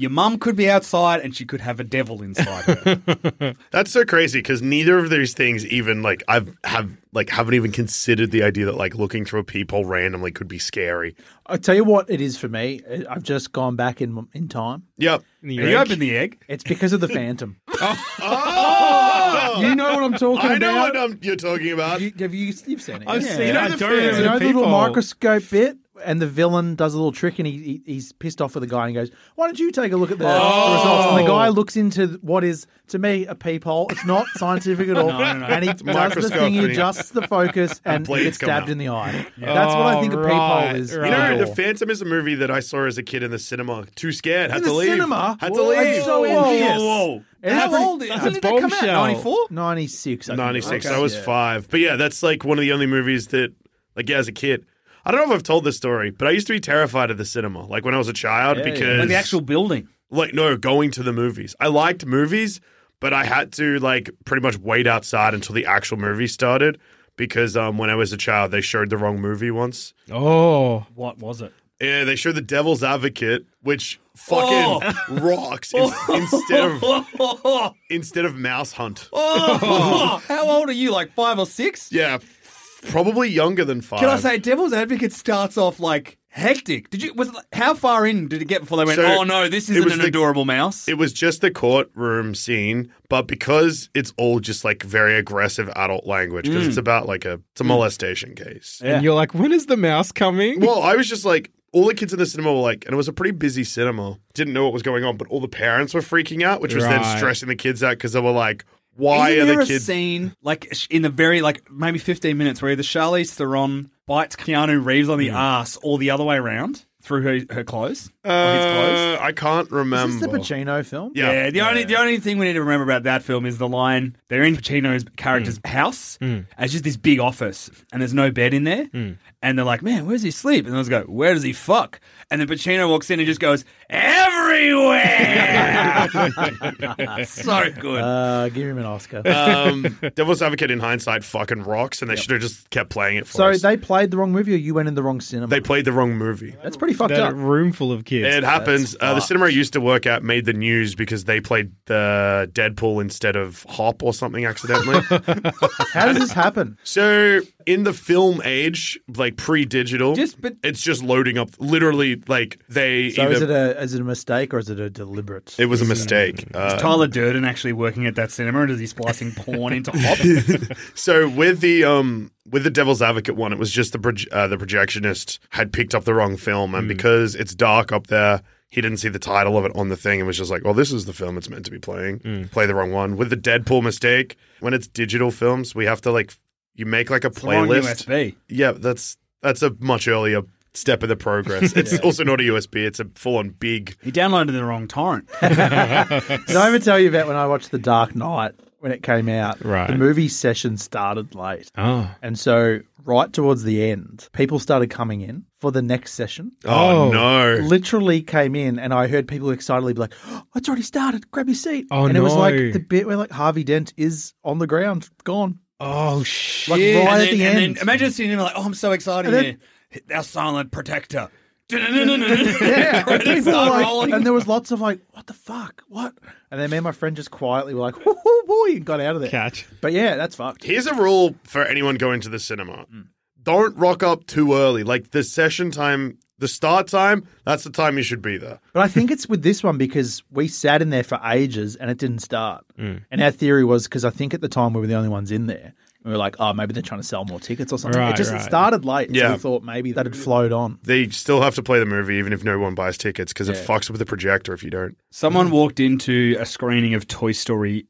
S2: Your mum could be outside, and she could have a devil inside her.
S8: That's so crazy because neither of these things even like I've have like haven't even considered the idea that like looking through a peephole randomly could be scary.
S7: I tell you what it is for me. I- I've just gone back in in time.
S8: Yep.
S2: you open the egg.
S7: It's because of the Phantom.
S4: Oh!
S7: you know what I'm talking
S8: I know
S7: about?
S8: what I'm, you're talking about.
S7: You, have you you've seen it?
S4: I've
S7: yeah.
S4: seen. it.
S8: know
S4: I
S8: the
S4: Oh, don't
S8: feeling.
S7: You
S4: remember
S7: know
S4: the
S7: the little
S4: people.
S7: microscope bit, and the villain does a little trick, and he, he he's pissed off at the guy and goes, "Why don't you take a look at the, the results?" And the guy looks into what is to me a peephole. It's not scientific at all,
S2: no.
S7: and he does the
S8: microscope
S7: thing, he
S8: and he-
S7: adjusts the focus, and he
S8: blades
S7: gets
S8: come
S7: stabbed
S8: out.
S7: in the eye. That's what I think a
S4: right,
S7: peephole is.
S4: right.
S8: You know,
S4: Wow.
S8: The Phantom is a movie that I saw as a kid in the cinema. Too scared. Had
S7: In
S8: to
S7: the
S8: leave.
S7: cinema?
S8: Had to
S7: Whoa,
S8: leave.
S7: that's so obvious. And
S2: How
S7: every-
S2: old is
S4: that's
S2: when did that come out?
S4: bombshell.
S2: 94?
S7: 96. I think.
S8: 96.
S7: Okay.
S8: I was
S7: Yeah.
S8: five. But yeah, that's like one of the only movies that, like, yeah, as a kid. I don't know if I've told this story, but I used to be terrified of the cinema, like when I was a child, because
S2: Like the actual building.
S8: like no going to the movies. I liked movies, but I had to like pretty much wait outside until the actual movie started because um, when I was a child, they showed the wrong movie once.
S4: Oh,
S2: What was it?
S8: Yeah, they showed The Devil's Advocate, which fucking rocks in- instead of
S2: Oh,
S8: instead of Mouse Hunt.
S2: how old are you? Like five or six?
S8: Yeah, f- probably younger than five.
S2: Can I say, Devil's Advocate starts off like hectic. Did you? Was it, like- how far in did it get before they went?
S8: So,
S2: oh no, this
S8: it
S2: isn't
S8: was
S2: an
S8: the-
S2: adorable mouse.
S8: It was just the courtroom scene, but because it's all just like very aggressive adult language, because
S2: Mm.
S8: it's about like a it's a molestation case.
S4: and you're like, when is the mouse coming?
S8: Well, I was just like, all the kids in the cinema were like, and it was a pretty busy cinema. Didn't know what was going on, but all the parents were freaking out, which was
S4: Right.
S8: then stressing the kids out because they were like, why
S2: Isn't
S8: are
S2: there
S8: the
S2: a
S8: kids?
S2: scene like sh- in the very like maybe fifteen minutes where either Charlize Theron bites Keanu Reeves
S8: Hmm.
S2: on the ass or the other way around through her, her clothes? or his
S8: Uh,
S2: clothes?
S8: I can't remember.
S7: Is this the Pacino film?
S8: Yeah.
S2: Yeah, the only the only thing we need to remember about that film is the line they're in Pacino's character's house. And it's just this big office, and there's no bed in there. And they're like, "Man, where does he sleep?" And those go, "Where does he fuck?" And then Pacino walks in and just goes, "Everywhere." so good.
S7: Uh, give him an Oscar.
S8: um, Devil's Advocate in hindsight fucking rocks, and they should have just kept playing it for
S7: so
S8: us.
S7: they played the wrong movie, or you went in the wrong cinema.
S8: they played the wrong movie.
S7: That's pretty fucked
S4: that
S7: up.
S4: room full of kids.
S8: It happens. Uh, the cinema I used to work at made the news because they played the Deadpool instead of Hop or something accidentally.
S7: How does this happen?
S8: So in the film age, like pre-digital,
S9: Just- but-
S8: it's just loading up. Literally, like they.
S7: So
S8: either,
S7: is it a is it a mistake or is it a deliberate?
S8: it was a mistake. Uh,
S2: Tyler Durden actually working at that cinema, and is he splicing porn into Hobbit?
S8: So with the um with the Devil's Advocate one, it was just the proj- uh, the projectionist had picked up the wrong film, and because it's dark up there, he didn't see the title of it on the thing, and was just like, "Well, this is the film it's meant to be playing." Play the wrong one. With the Deadpool mistake, when it's digital films, we have to like you make like a
S2: Wrong
S8: playlist.
S2: USB.
S8: Yeah, that's that's a much earlier step of the progress. It's also not a USB; it's a full on big.
S2: He downloaded the wrong torrent.
S7: Did I ever tell you about when I watched The Dark Knight when it came out?
S4: Right.
S7: The movie session started late.
S4: Oh.
S7: And so, right towards the end, people started coming in for the next session.
S8: Oh,
S4: Oh.
S8: no!
S7: Literally came in, and I heard people excitedly be like, oh, "It's already started! Grab your seat!"
S4: Oh,
S7: and it was like
S4: no.
S7: the bit where like Harvey Dent is on the ground, gone.
S4: Oh
S7: Like,
S4: shit!
S7: right
S2: and,
S7: at
S2: then,
S7: the
S2: and
S7: end.
S2: then imagine seeing him like, oh, I'm so excited.
S7: And
S2: Then,
S7: then-
S2: Our silent protector.
S7: yeah, and
S2: Credits
S7: people
S2: start
S7: were like-
S2: rolling.
S7: and there was lots of like, "What the fuck? What?" And then me and my friend just quietly were like, "Oh boy!" and got out of there.
S4: Catch.
S7: But yeah, that's fucked.
S8: Here's a rule for anyone going to the cinema.
S2: Hmm.
S8: Don't rock up too early. Like the session time, the start time, that's the time you should be there.
S7: But I think it's with this one because we sat in there for ages and it didn't start.
S4: Mm.
S7: And our theory was because I think at the time we were the only ones in there. We were like, oh, maybe they're trying to sell more tickets or something.
S4: Right,
S7: it just
S4: right.
S7: it started late. So
S8: Yeah.
S7: we thought maybe that had flowed on.
S8: They still have to play the movie even if no one buys tickets because it fucks with the projector if you don't.
S7: Mm-hmm.
S2: Someone walked into a screening of Toy Story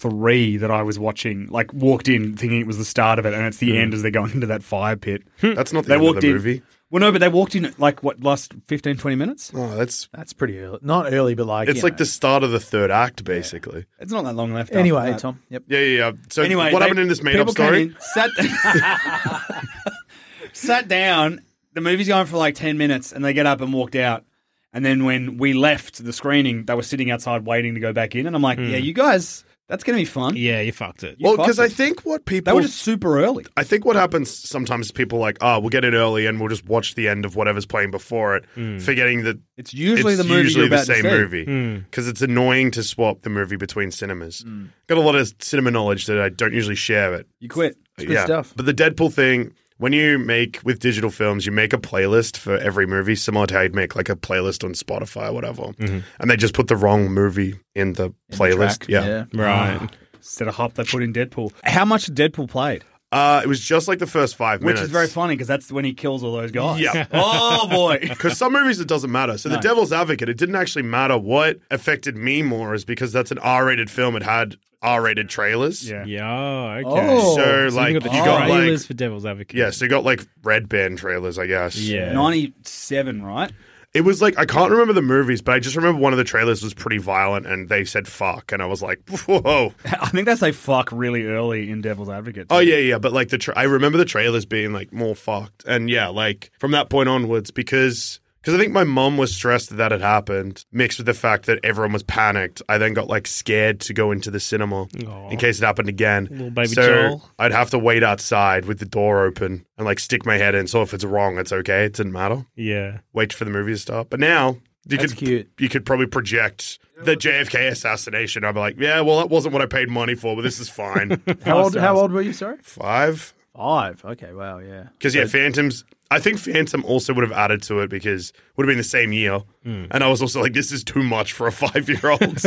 S2: 3 that I was watching, like walked in thinking it was the start of it, and it's
S7: Mm.
S2: the end as they're going into that fire pit.
S8: That's not the
S2: they
S8: end of
S2: walked
S8: the
S2: in.
S8: movie.
S2: Well, no, but they walked in at, like, what, last 15, 20 minutes?
S8: Oh, that's
S7: That's pretty early. Not early, but like.
S8: it's
S7: you
S8: like
S7: know.
S8: the start of the third act, basically.
S2: It's not that long left. after
S7: Anyway,
S2: that.
S7: Tom. Yep.
S8: Yeah, yeah, yeah. So
S2: Anyway,
S8: what
S2: they-
S8: happened in this made up
S2: people came
S8: story?
S2: in, sat, sat down. The movie's going for like ten minutes, and they get up and walked out. And then when we left the screening, they were sitting outside waiting to go back in. And I'm like,
S7: Mm.
S2: yeah, you guys, that's gonna be fun.
S4: Yeah, you fucked it.
S8: well, because I
S2: fucked it.
S8: think what
S2: They
S8: people
S2: were just super early.
S8: I think what happens sometimes is people like, oh, we'll get in early and we'll just watch the end of whatever's playing before it, forgetting that
S2: It's usually
S8: it's
S2: the movie
S8: usually
S2: you're
S8: the
S2: about
S8: same
S2: to see.
S8: movie because it's annoying to swap the movie between cinemas. Got a lot of cinema knowledge that I don't usually share. It
S2: Hmm. You quit.
S7: It's good stuff.
S8: But the Deadpool thing. When you make with digital films, you make a playlist for every movie, similar to how you'd make like a playlist on Spotify or whatever. And they just put the wrong movie in the playlist.
S7: Track.
S8: yeah.
S4: Right.
S2: Instead of hop, they put in Deadpool. How much did Deadpool played?
S8: Uh, it was just like the first five
S2: Which
S8: minutes.
S2: is very funny because that's when he kills all those guys.
S8: Yeah.
S2: oh boy.
S8: Because some movies it doesn't matter. So the Devil's Advocate, it didn't actually matter what affected me more is because that's an R-rated film. It had R-rated trailers.
S2: Yeah.
S4: Yeah. Okay.
S7: Oh.
S8: So, like,
S4: you got the
S8: you got, like-
S4: trailers for Devil's Advocate.
S8: Yeah, so you got like red band trailers, I guess.
S4: Yeah.
S2: Ninety-seven, right?
S8: It was like I can't remember the movies, but I just remember one of the trailers was pretty violent and they said fuck and I was like, "Whoa."
S2: I think they say fuck really early in Devil's Advocate.
S8: Oh yeah, yeah, but like the tra- I remember the trailers being like more fucked. And yeah, like from that point onwards because because I think my mum was stressed that that had happened, mixed with the fact that everyone was panicked. I then got like scared to go into the cinema in case it happened again.
S4: Little baby
S8: so
S4: Joel.
S8: I'd have to wait outside with the door open and like stick my head in. So if it's wrong, it's okay. It didn't matter.
S4: Yeah.
S8: wait for the movie to start. But now you
S7: That's
S8: could
S7: cute.
S8: you could probably project the JFK assassination. I'd be like, yeah, well, that wasn't what I paid money for, but this is fine.
S7: How old, how old were you, sorry?
S8: Five,
S7: Five. Okay, wow, yeah.
S8: because yeah, Phantoms. I think Phantom also would have added to it because it would have been the same year,
S4: Hmm.
S8: and I was also like, this is too much for a five year old.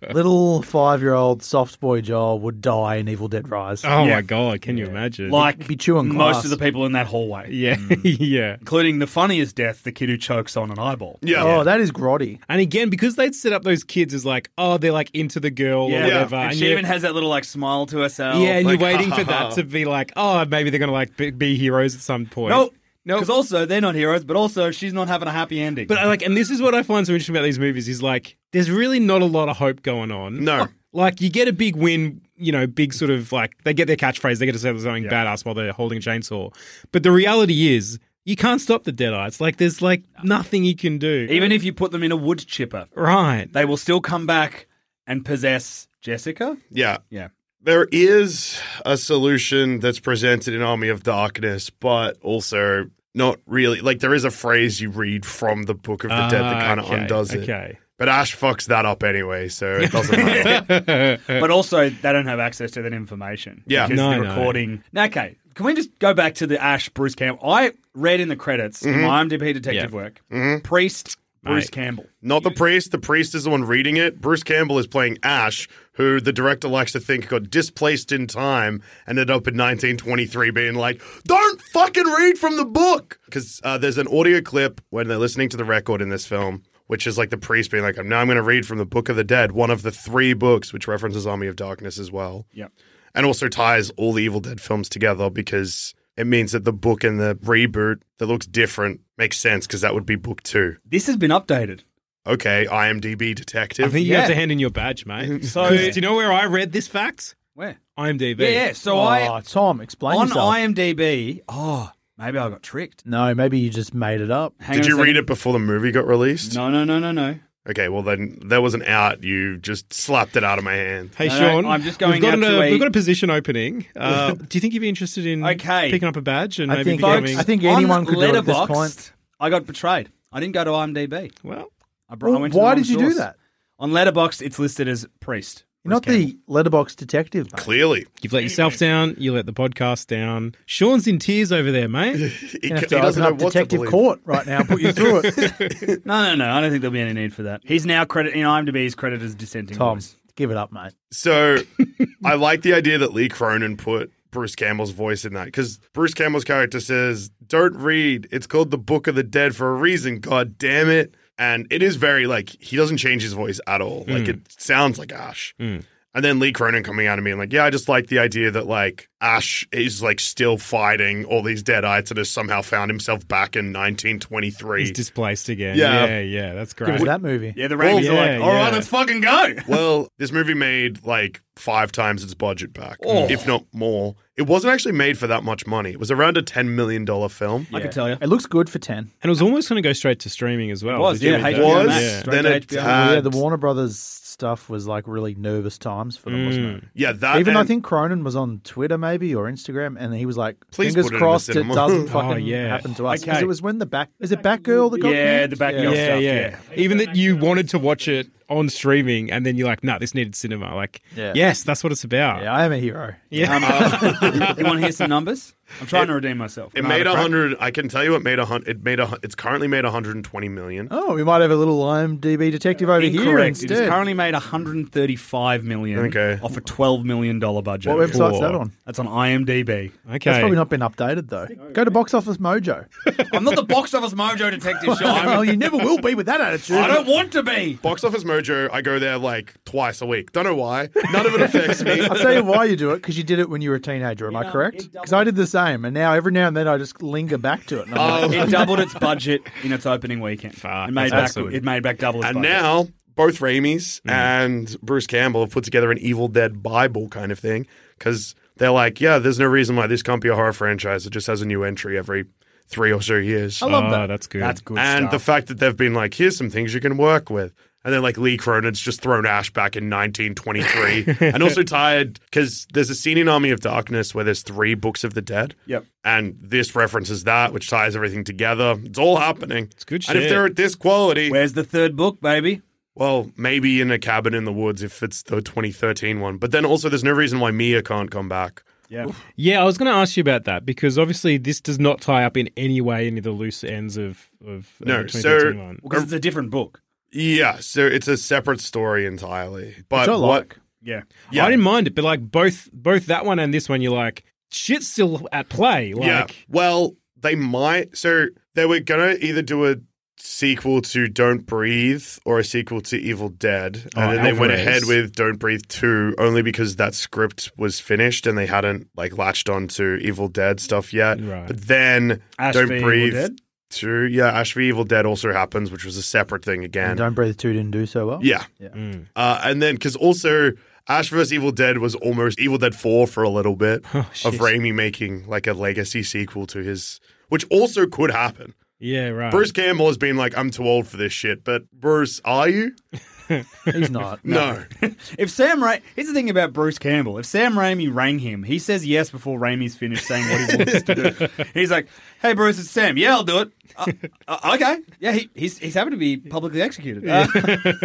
S7: Little five year old soft boy Joel would die in Evil Dead Rise.
S4: Oh my god! Can you imagine?
S2: like mm.
S7: Be chewing
S2: most
S7: glass.
S2: of the people in that hallway,
S4: Yeah. yeah.
S2: including the funniest death, the kid who chokes on an eyeball.
S8: yeah,
S7: Oh, that is grotty.
S4: And again, because they'd set up those kids as like, oh, they're like into the girl or whatever.
S2: and she
S4: you-
S2: even has that little like smile to herself.
S4: yeah, and
S2: like,
S4: you're waiting for that to be like, oh, maybe they're gonna like be, be heroes at some point.
S2: nope,
S4: Nope.
S2: Because also they're not heroes, but also she's not having a happy ending.
S4: But uh, I like, and this is what I find so interesting about these movies is like, there's really not a lot of hope going on.
S8: No.
S4: Like, you get a big win, you know, big sort of like, they get their catchphrase, they get to say something badass while they're holding a chainsaw. But the reality is, you can't stop the Deadeye. It's like, there's like nothing you can do.
S2: even if you put them in a wood chipper,
S4: Right.
S2: they will still come back and possess Jessica.
S8: yeah.
S2: Yeah,
S8: There is a solution that's presented in Army of Darkness, but also not really. Like there is a phrase you read from the Book of the Dead that
S4: Ah,
S8: kind of
S4: okay,
S8: undoes it.
S4: Okay.
S8: But Ash fucks that up anyway, so it doesn't matter.
S2: But also, they don't have access to that information.
S8: Yeah.
S2: because
S4: No,
S2: the
S4: no.
S2: recording. Now, okay, can we just go back to the Ash Bruce Campbell? I read in the credits
S4: Mm-hmm.
S2: in my IMDb detective
S4: Yeah.
S2: work,
S4: Mm-hmm.
S2: priest Bruce Campbell.
S8: Not the priest. The priest is the one reading it. Bruce Campbell is playing Ash, who the director likes to think got displaced in time and ended up in 1923 being like, don't fucking read from the book. Because uh, there's an audio clip when they're listening to the record in this film, which is like the priest being like, now I'm going to read from the Book of the Dead, one of the three books, which references Army of Darkness as well.
S2: Yep.
S8: And also ties all the Evil Dead films together because it means that the book and the reboot that looks different makes sense because that would be book two.
S2: This has been updated.
S8: Okay, IMDb detective.
S4: I think you have to
S2: Yeah.
S4: hand in your badge, mate.
S2: So-
S4: 'Cause do you know where I read this fact? Oh,
S2: Where?
S4: IMDb.
S2: Yeah, yeah. So I
S7: Oh, Tom, explain
S2: on
S7: yourself.
S2: IMDb. Oh, maybe I got tricked.
S7: no, maybe you just made it up.
S2: Hang
S8: Did
S2: on a
S8: you read
S2: second.
S8: it before the movie got released?
S2: No, no, no, no, no.
S8: Okay, well then there wasn't out. You just slapped it out of my hand.
S4: Hey,
S2: No, no,
S4: Sean.
S2: I'm just
S4: We've
S2: going
S4: got,
S2: out
S4: an,
S2: to
S4: uh,
S2: a-
S4: we've got a position opening. Uh, do you think you'd be interested in
S2: Okay.
S4: picking up a badge and
S7: I
S4: maybe
S7: think,
S4: becoming?
S7: I think anyone
S2: on
S7: could do it at this
S2: Letterboxd,
S7: point.
S2: I got betrayed. I didn't go to IMDb.
S4: well,
S2: I brought, I
S7: Well,
S2: went to the
S7: why
S2: wrong
S7: did you do
S2: source.
S7: that?
S2: On Letterboxd, it's listed as priest.
S7: You're not
S2: Bruce Campbell.
S7: the letterbox detective. mate.
S8: Clearly,
S4: you've let yourself down. You let the podcast down. Sean's in tears over there, mate.
S8: he,
S7: You
S8: c-
S7: have
S8: he
S7: to open up detective
S8: believe.
S7: court right now. and Put you through it,
S2: No, no, no. I don't think there'll be any need for that. He's now credit in IMDb. He's credited as dissenting.
S7: Tom.
S2: voice.
S7: Give it up, mate.
S8: So I like the idea that Lee Cronin put Bruce Campbell's voice in that because Bruce Campbell's character says, "Don't read. It's called the Book of the Dead for a reason. God damn it!" And it is very like he doesn't change his voice at all. Like it sounds like Ash. And then Lee Cronin coming out of me and like, yeah, I just like the idea that like Ash is like still fighting all these deadites and has somehow found himself back in 1923.
S4: He's displaced again.
S8: Yeah.
S4: yeah, yeah, that's
S7: Give
S4: great.
S7: us that movie.
S2: Yeah, the Ravens
S4: Well,
S2: are
S4: yeah,
S2: like, all right,
S4: yeah.
S2: let's fucking go.
S8: Well, this movie made like five times its budget back,
S2: Oh.
S8: if not more. It wasn't actually made for that much money. It was around a ten million dollar film.
S2: I can tell you.
S7: It looks good for ten.
S4: And it was almost going to go straight to streaming as well.
S2: It was,
S4: Did you
S2: yeah,
S4: read that?
S2: HBO
S8: was
S2: Max.
S4: Yeah.
S2: Straight
S8: then
S2: to
S8: it
S2: HBO.
S8: had,
S7: yeah, the Warner Brothers stuff was like really nervous times for them, wasn't it?
S8: yeah that
S7: Even I
S8: and-
S7: think Cronin was on Twitter maybe or Instagram, and he was like,
S8: Please
S7: "Fingers
S8: put it in the
S7: crossed, it,
S8: cinema."
S7: doesn't
S8: Oh,
S7: fucking
S4: yeah.
S7: happen to us." 'Cause
S2: Okay.
S7: it was when the back is it Batgirl that got
S2: Yeah,
S7: canned?
S2: the back
S4: Yeah,
S2: yeah.
S4: yeah,
S2: stuff. Yeah.
S4: Even that you wanted to watch it on streaming, and then you're like, "No, nah, this needed cinema." Like,
S7: Yeah.
S4: yes, that's what it's about.
S7: Yeah, I am a hero.
S2: Um, you want to hear some numbers? I'm trying to redeem myself.
S8: it
S2: No,
S8: made
S2: the
S8: a
S2: crap.
S8: hundred. I can tell you, it made a hundred. It made a. hun- It's currently made hundred and twenty million.
S7: Oh, we might have a little IMDb detective over here
S2: Incorrect. It
S7: instead.
S2: is currently made 135 million
S8: Okay.
S2: off a 12 million dollar budget.
S7: what website's that on?
S2: That's on IMDb.
S4: Okay.
S7: That's probably not been updated though. Go to Box Office Mojo.
S2: I'm not the box office mojo detective,
S7: oh,
S2: Sean.
S7: you never will be with that attitude.
S2: I don't want to be.
S8: Box Office Mojo. I go there like twice a week. Don't know why. None of it affects me.
S7: I'll tell you why you do it because you did it when you were a teenager. Am I correct? Because I did the same, and now every now and then I just linger back to it. And I'm like,
S2: It doubled its budget in its opening weekend.
S4: Fuck,
S2: it made
S4: that's
S2: back.
S4: awesome.
S2: It made back double its
S8: And
S2: budget.
S8: now both Raimis and Bruce Campbell have put together an Evil Dead Bible kind of thing because they're like, yeah, there's no reason why this can't be a horror franchise. It just has a new entry every three or so years.
S4: I love that. That's Oh, good.
S2: that's good.
S8: and
S2: stuff.
S8: the fact that they've been like, here's some things you can work with. And then, like, Lee Cronin's just thrown Ash back in 1923. and also tired because there's a scene in Army of Darkness where there's three books of the dead.
S2: Yep.
S8: And this references that, which ties everything together. It's all happening. It's
S4: good
S8: And if
S4: shit.
S8: they're at this quality,
S2: Where's the third book, baby?
S8: well, maybe in a cabin in the woods if it's the 2013 one. But then also, there's no reason why Mia can't come back.
S2: Yeah.
S4: Yeah, I was going to ask you about that because obviously this does not tie up in any way any of the loose ends of of uh,
S8: No,
S4: the
S8: so-
S4: 2013 one.
S2: Because it's a different book.
S8: Yeah, so it's a separate story entirely. But
S7: I
S8: what?
S7: like.
S2: Yeah.
S8: Yeah,
S4: I didn't mind it, but like both both that one and this one, you're like shit's still at play. Like,
S8: yeah. Well, they might. So they were gonna either do a sequel to Don't Breathe or a sequel to Evil Dead,
S4: Oh,
S8: and then they went ahead
S4: Alvarez.
S8: with Don't Breathe Two only because that script was finished and they hadn't like latched onto Evil Dead stuff yet.
S4: Right.
S8: But then
S2: Ash
S8: Don't
S2: v. Evil
S8: Breathe.
S2: Dead?
S8: Two, yeah, Ash v Evil Dead also happens, which was a separate thing again.
S7: And Don't Breathe Two didn't do so well.
S8: Yeah. Uh, and then, because also Ash vs. Evil Dead was almost Evil Dead 4 for a little bit of Raimi making like a legacy sequel to his, which also could happen.
S4: Yeah, right.
S8: Bruce Campbell has been like, I'm too old for this shit, but Bruce, are you?
S7: He's not.
S8: No.
S2: If Sam Ra- here's the thing about Bruce Campbell. If Sam Raimi rang him, he says yes before Raimi's finished saying what he wants to do. He's like, "Hey, Bruce, it's Sam. Yeah, I'll do it. Uh, uh, okay. Yeah, he, he's he's happy to be publicly executed. Uh,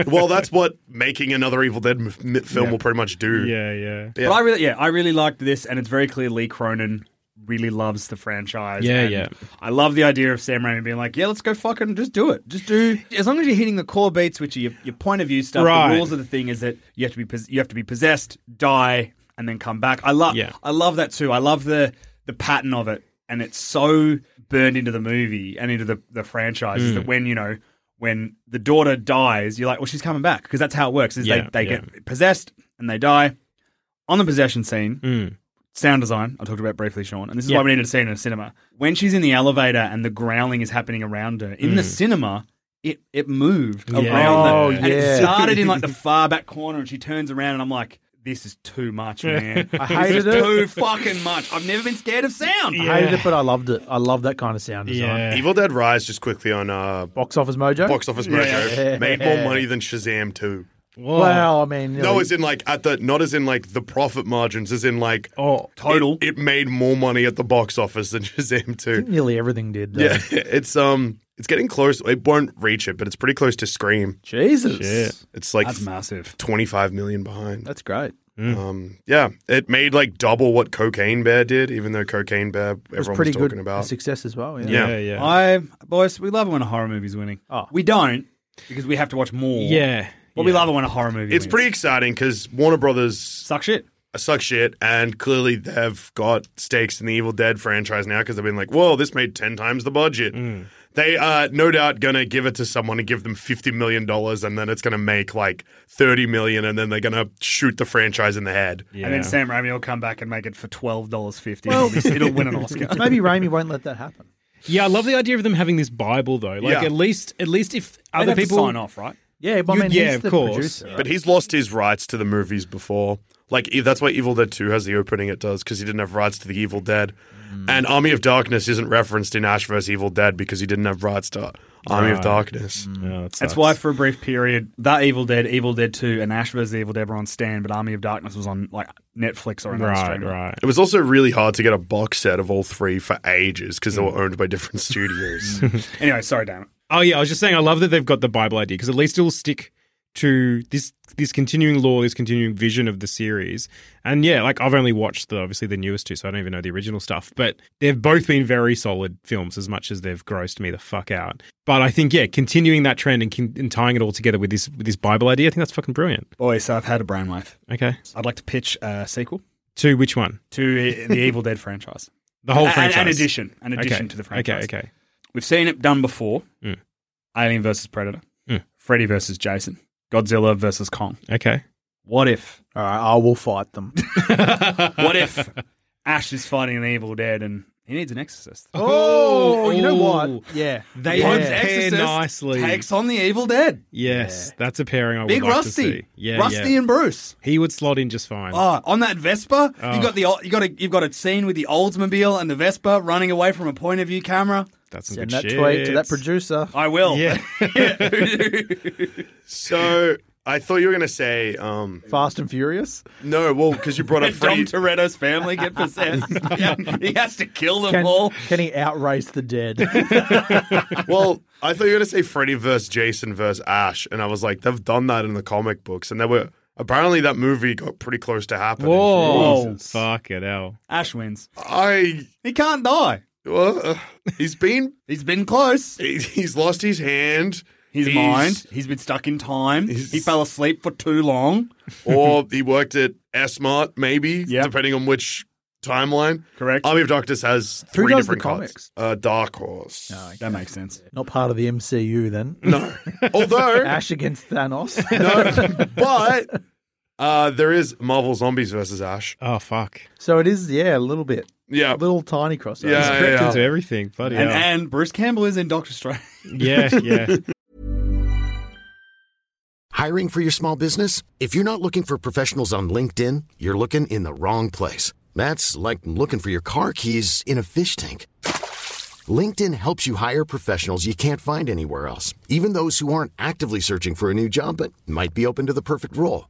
S8: well, that's what making another Evil Dead m- m- film will pretty much do.
S4: Yeah, yeah.
S8: Yeah.
S2: But I really, yeah, I really liked this, and it's very clear Lee Cronin really loves the franchise.
S4: Yeah,
S2: and
S4: yeah.
S2: I love the idea of Sam Raimi being like, "Yeah, let's go fucking just do it. Just do as long as you're hitting the core beats, which are your, your point of view stuff.
S4: Right.
S2: The rules of the thing is that you have to be pos- you have to be possessed, die, and then come back. I love,
S4: Yeah.
S2: I love that too. I love the the pattern of it, and it's so burned into the movie and into the the franchise is that when you know. When the daughter dies, you're like, "Well, she's coming back," because that's how it works. Is
S4: Yeah,
S2: they, they
S4: yeah.
S2: get possessed and they die, on the possession scene,
S4: Mm.
S2: sound design, I talked about briefly, Sean, and this is
S4: Yeah.
S2: why we needed to see it in a cinema. When she's in the elevator and the growling is happening around her, in the cinema, it, it moved
S4: Mm. Yeah.
S2: around
S4: Oh,
S2: the, and it
S7: yeah.
S2: started in like the far back corner and she turns around and I'm like, this is too much, man. I
S7: hated
S2: this is
S7: it.
S2: too fucking much. I've never been scared of sound.
S7: I hated it, but I loved it. I love that kind of sound design.
S4: Yeah.
S8: Evil Dead Rise, just quickly on uh,
S7: Box office mojo.
S8: Box Office Mojo,
S7: Yeah.
S8: made more money than Shazam 2.
S4: Whoa.
S7: Well, I mean, you know,
S8: Oh. No, as in like at the not as in like the profit margins, as in like
S4: Oh,
S2: Total.
S8: It, it made more money at the box office than Shazam two.
S7: nearly everything did. Though.
S8: Yeah, it's um, it's getting close. It won't reach it, but it's pretty close to Scream.
S7: Jesus,
S4: Shit.
S8: It's like
S2: That's massive.
S8: twenty five million behind.
S7: that's great.
S8: Um, yeah, it made like double what Cocaine Bear did, even though Cocaine Bear everyone
S7: It was
S8: was,
S7: pretty
S8: talking
S7: good
S8: about.
S7: success as well. Yeah.
S8: Yeah.
S4: yeah, yeah.
S2: I, boys, we love it when a horror movie's winning.
S7: Oh.
S2: We don't because we have to watch more.
S4: yeah.
S2: But we love it when a horror movie
S8: It's
S2: wins.
S8: pretty exciting because Warner Brothers
S2: Suck shit.
S8: suck shit, and clearly they've got stakes in the Evil Dead franchise now because they've been like, "Whoa, this made ten times the budget."
S4: Mm.
S8: They are no doubt gonna give it to someone and give them fifty million dollars, and then it's gonna make like thirty million, and then they're gonna shoot the franchise in the head.
S4: Yeah.
S2: And then Sam Raimi will come back and make it for twelve dollars fifty. Well, it'll win an Oscar.
S7: Maybe Raimi won't let that happen.
S4: yeah, I love the idea of them having this Bible though. Like
S8: Yeah.
S4: at least, at least if other
S2: Other
S4: people
S2: people sign off, right?
S7: Yeah, but
S4: You-
S7: I mean,
S4: yeah,
S7: he's
S4: of
S7: the
S4: course.
S7: producer.
S8: But he's lost his rights to the movies before. Like e- that's why Evil Dead Two has the opening it does because he didn't have rights to the Evil Dead,
S4: Mm.
S8: and Army of Darkness isn't referenced in Ash vs Evil Dead because he didn't have rights to Army of
S4: Right. Mm.
S8: Darkness.
S4: No, that
S2: That's
S4: Oh, sucks.
S2: why, for a brief period, that Evil Dead, Evil Dead Two, and Ash vs Evil Dead were on Stan, but Army of Darkness was on like Netflix or another
S4: Right,
S2: streamer.
S4: right.
S8: It was also really hard to get a box set of all three for ages because they
S2: Mm.
S8: were owned by different studios.
S2: Anyway, sorry, damn it.
S4: Oh yeah, I was just saying I love that they've got the Bible idea because at least it'll stick to this this continuing law, this continuing vision of the series. And yeah, like I've only watched the obviously the newest two, so I don't even know the original stuff. But they've both been very solid films as much as they've grossed me the fuck out. But I think yeah, continuing that trend and, con- and tying it all together with this with this Bible idea, I think that's fucking brilliant.
S2: Boy, so I've had a brainwave.
S4: Okay.
S2: I'd like to pitch a sequel
S4: To which one?
S2: to uh, the Evil Dead franchise.
S4: The whole
S2: An-
S4: Oh, franchise.
S2: An addition, an addition
S4: okay.
S2: to the franchise.
S4: Okay, okay.
S2: We've seen it done before.
S4: Mm.
S2: Alien versus Predator,
S4: Mm.
S2: Freddy versus Jason, Godzilla versus Kong.
S4: Okay.
S2: What if
S7: All right, I will fight them.
S2: What if Ash is fighting an evil dead and he needs an exorcist?
S7: oh, you know
S4: Ooh.
S7: what? Yeah,
S4: They
S7: Yeah.
S4: pair nicely.
S2: takes on the evil dead.
S4: Yes, that's a pairing I
S2: Big
S4: would like to
S2: Rusty,
S4: see. Yeah,
S2: Rusty
S4: yeah.
S2: and Bruce.
S4: He would slot in just fine.
S2: Oh, on that Vespa,
S4: Oh.
S2: you got the ol- you got a you've got a scene with the Oldsmobile and the Vespa running away from a point of view camera.
S4: That's some
S7: send
S4: good
S7: that
S4: shit.
S7: tweet to that producer.
S2: I will.
S4: Yeah.
S8: so I thought you were going to say, um,
S7: Fast and Furious.
S8: no, well, because you brought up
S2: Dom
S8: Freddy.
S2: Toretto's family get possessed. yeah, he has to kill them
S7: Can,
S8: Oh.
S2: all.
S7: can he outrace the dead?
S8: well, I thought you were going to say Freddy versus Jason versus Ash. And I was like, they've done that in the comic books. And they were, apparently, that movie got pretty close to happening.
S4: Whoa.
S2: Jesus.
S4: Fuck it, hell.
S2: Ash wins.
S8: I,
S2: He can't die.
S8: well, uh, he's been,
S2: He's been close.
S8: he- he's lost his hand.
S2: His
S8: He's-
S2: mind. He's been stuck in time.
S8: He's-
S2: He fell asleep for too long.
S8: or he worked at Smart, maybe,
S2: Yeah.
S8: depending on which timeline.
S2: Correct.
S8: Army of Darkness has
S7: Who
S8: three
S7: does the
S8: different comics. Uh, Dark Horse.
S4: Oh,
S2: That makes sense.
S7: Not part of the MCU then.
S8: No, although
S7: Ash against Thanos.
S8: no, but uh, there is Marvel Zombies versus Ash.
S4: Oh, fuck.
S7: So it is, yeah, a little bit,
S8: Yeah,
S7: a little tiny crossover.
S8: yeah,
S4: Crept
S8: yeah,
S4: into
S8: yeah.
S4: everything. Bloody
S2: And,
S4: hell.
S2: and Bruce Campbell is in Doctor Strange.
S4: yeah, yeah.
S9: Hiring for your small business? If you're not looking for professionals on LinkedIn, you're looking in the wrong place. That's like looking for your car keys in a fish tank. LinkedIn helps you hire professionals you can't find anywhere else, even those who aren't actively searching for a new job but might be open to the perfect role.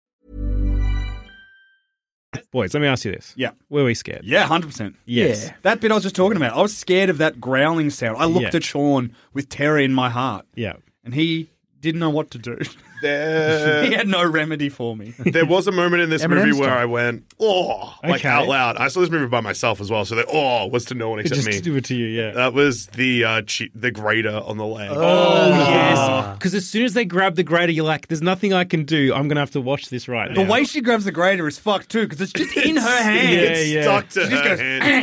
S4: Boys, let me ask you this.
S2: Yeah.
S4: Were we scared?
S2: Yeah, hundred percent.
S4: Yes. Yeah.
S2: that bit I was just talking about. I was scared of that growling sound. I looked
S4: Yeah.
S2: at Sean with terror in my heart.
S4: Yeah.
S2: and he didn't know what to do.
S4: Uh,
S8: There-
S2: he had no remedy for me.
S8: There was a moment in this
S2: Eminem's
S8: movie where
S2: time.
S8: I went, oh, like
S2: Okay.
S8: out loud. I saw this movie by myself as well, so the oh was to no one except
S4: just
S8: me.
S4: do it to you, yeah.
S8: That was the uh, che- the grater on the leg.
S4: Oh, yes. Because as soon as they grab the grater, you're like, there's nothing I can do. I'm going to have to watch this right
S2: The
S4: now.
S2: way she grabs the grater is fucked too, because it's just in her hand.
S4: It's Yeah, yeah. stuck
S8: to
S2: she just
S8: her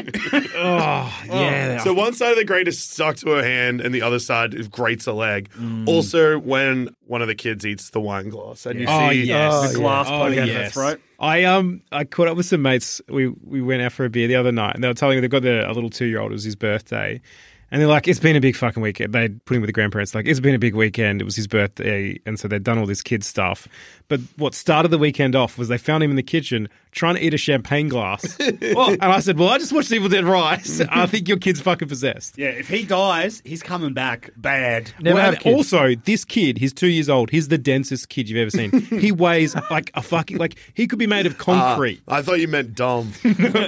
S2: goes,
S8: hand.
S4: oh, yeah.
S8: So one side of the grater stuck to her hand, and the other side is grates a leg. Also, when one of the kids eats the wine glass, and
S4: oh,
S8: you see
S4: yes.
S8: the glass
S4: oh,
S8: plug out of her
S4: yes.
S8: throat.
S4: I um I caught up with some mates. We we went out for a beer the other night, and they were telling me they've got their a little two year old. It was his birthday, and they're like, "It's been a big fucking weekend." They put him with the grandparents. Like, it's been a big weekend. It was his birthday, and so they'd done all this kid stuff. But what started the weekend off was they found him in the kitchen trying to eat a champagne glass. Well, and I said, "Well, I just watched Evil Dead Rise. I think your kid's fucking possessed."
S2: Yeah, if he dies, he's coming back bad.
S4: Well, and also, this kid, he's two years old. He's the densest kid you've ever seen. he weighs like a fucking like he could be made
S2: Ah.
S4: of concrete.
S8: I thought you meant dumb.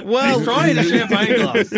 S4: well,
S2: He's trying a champagne glass.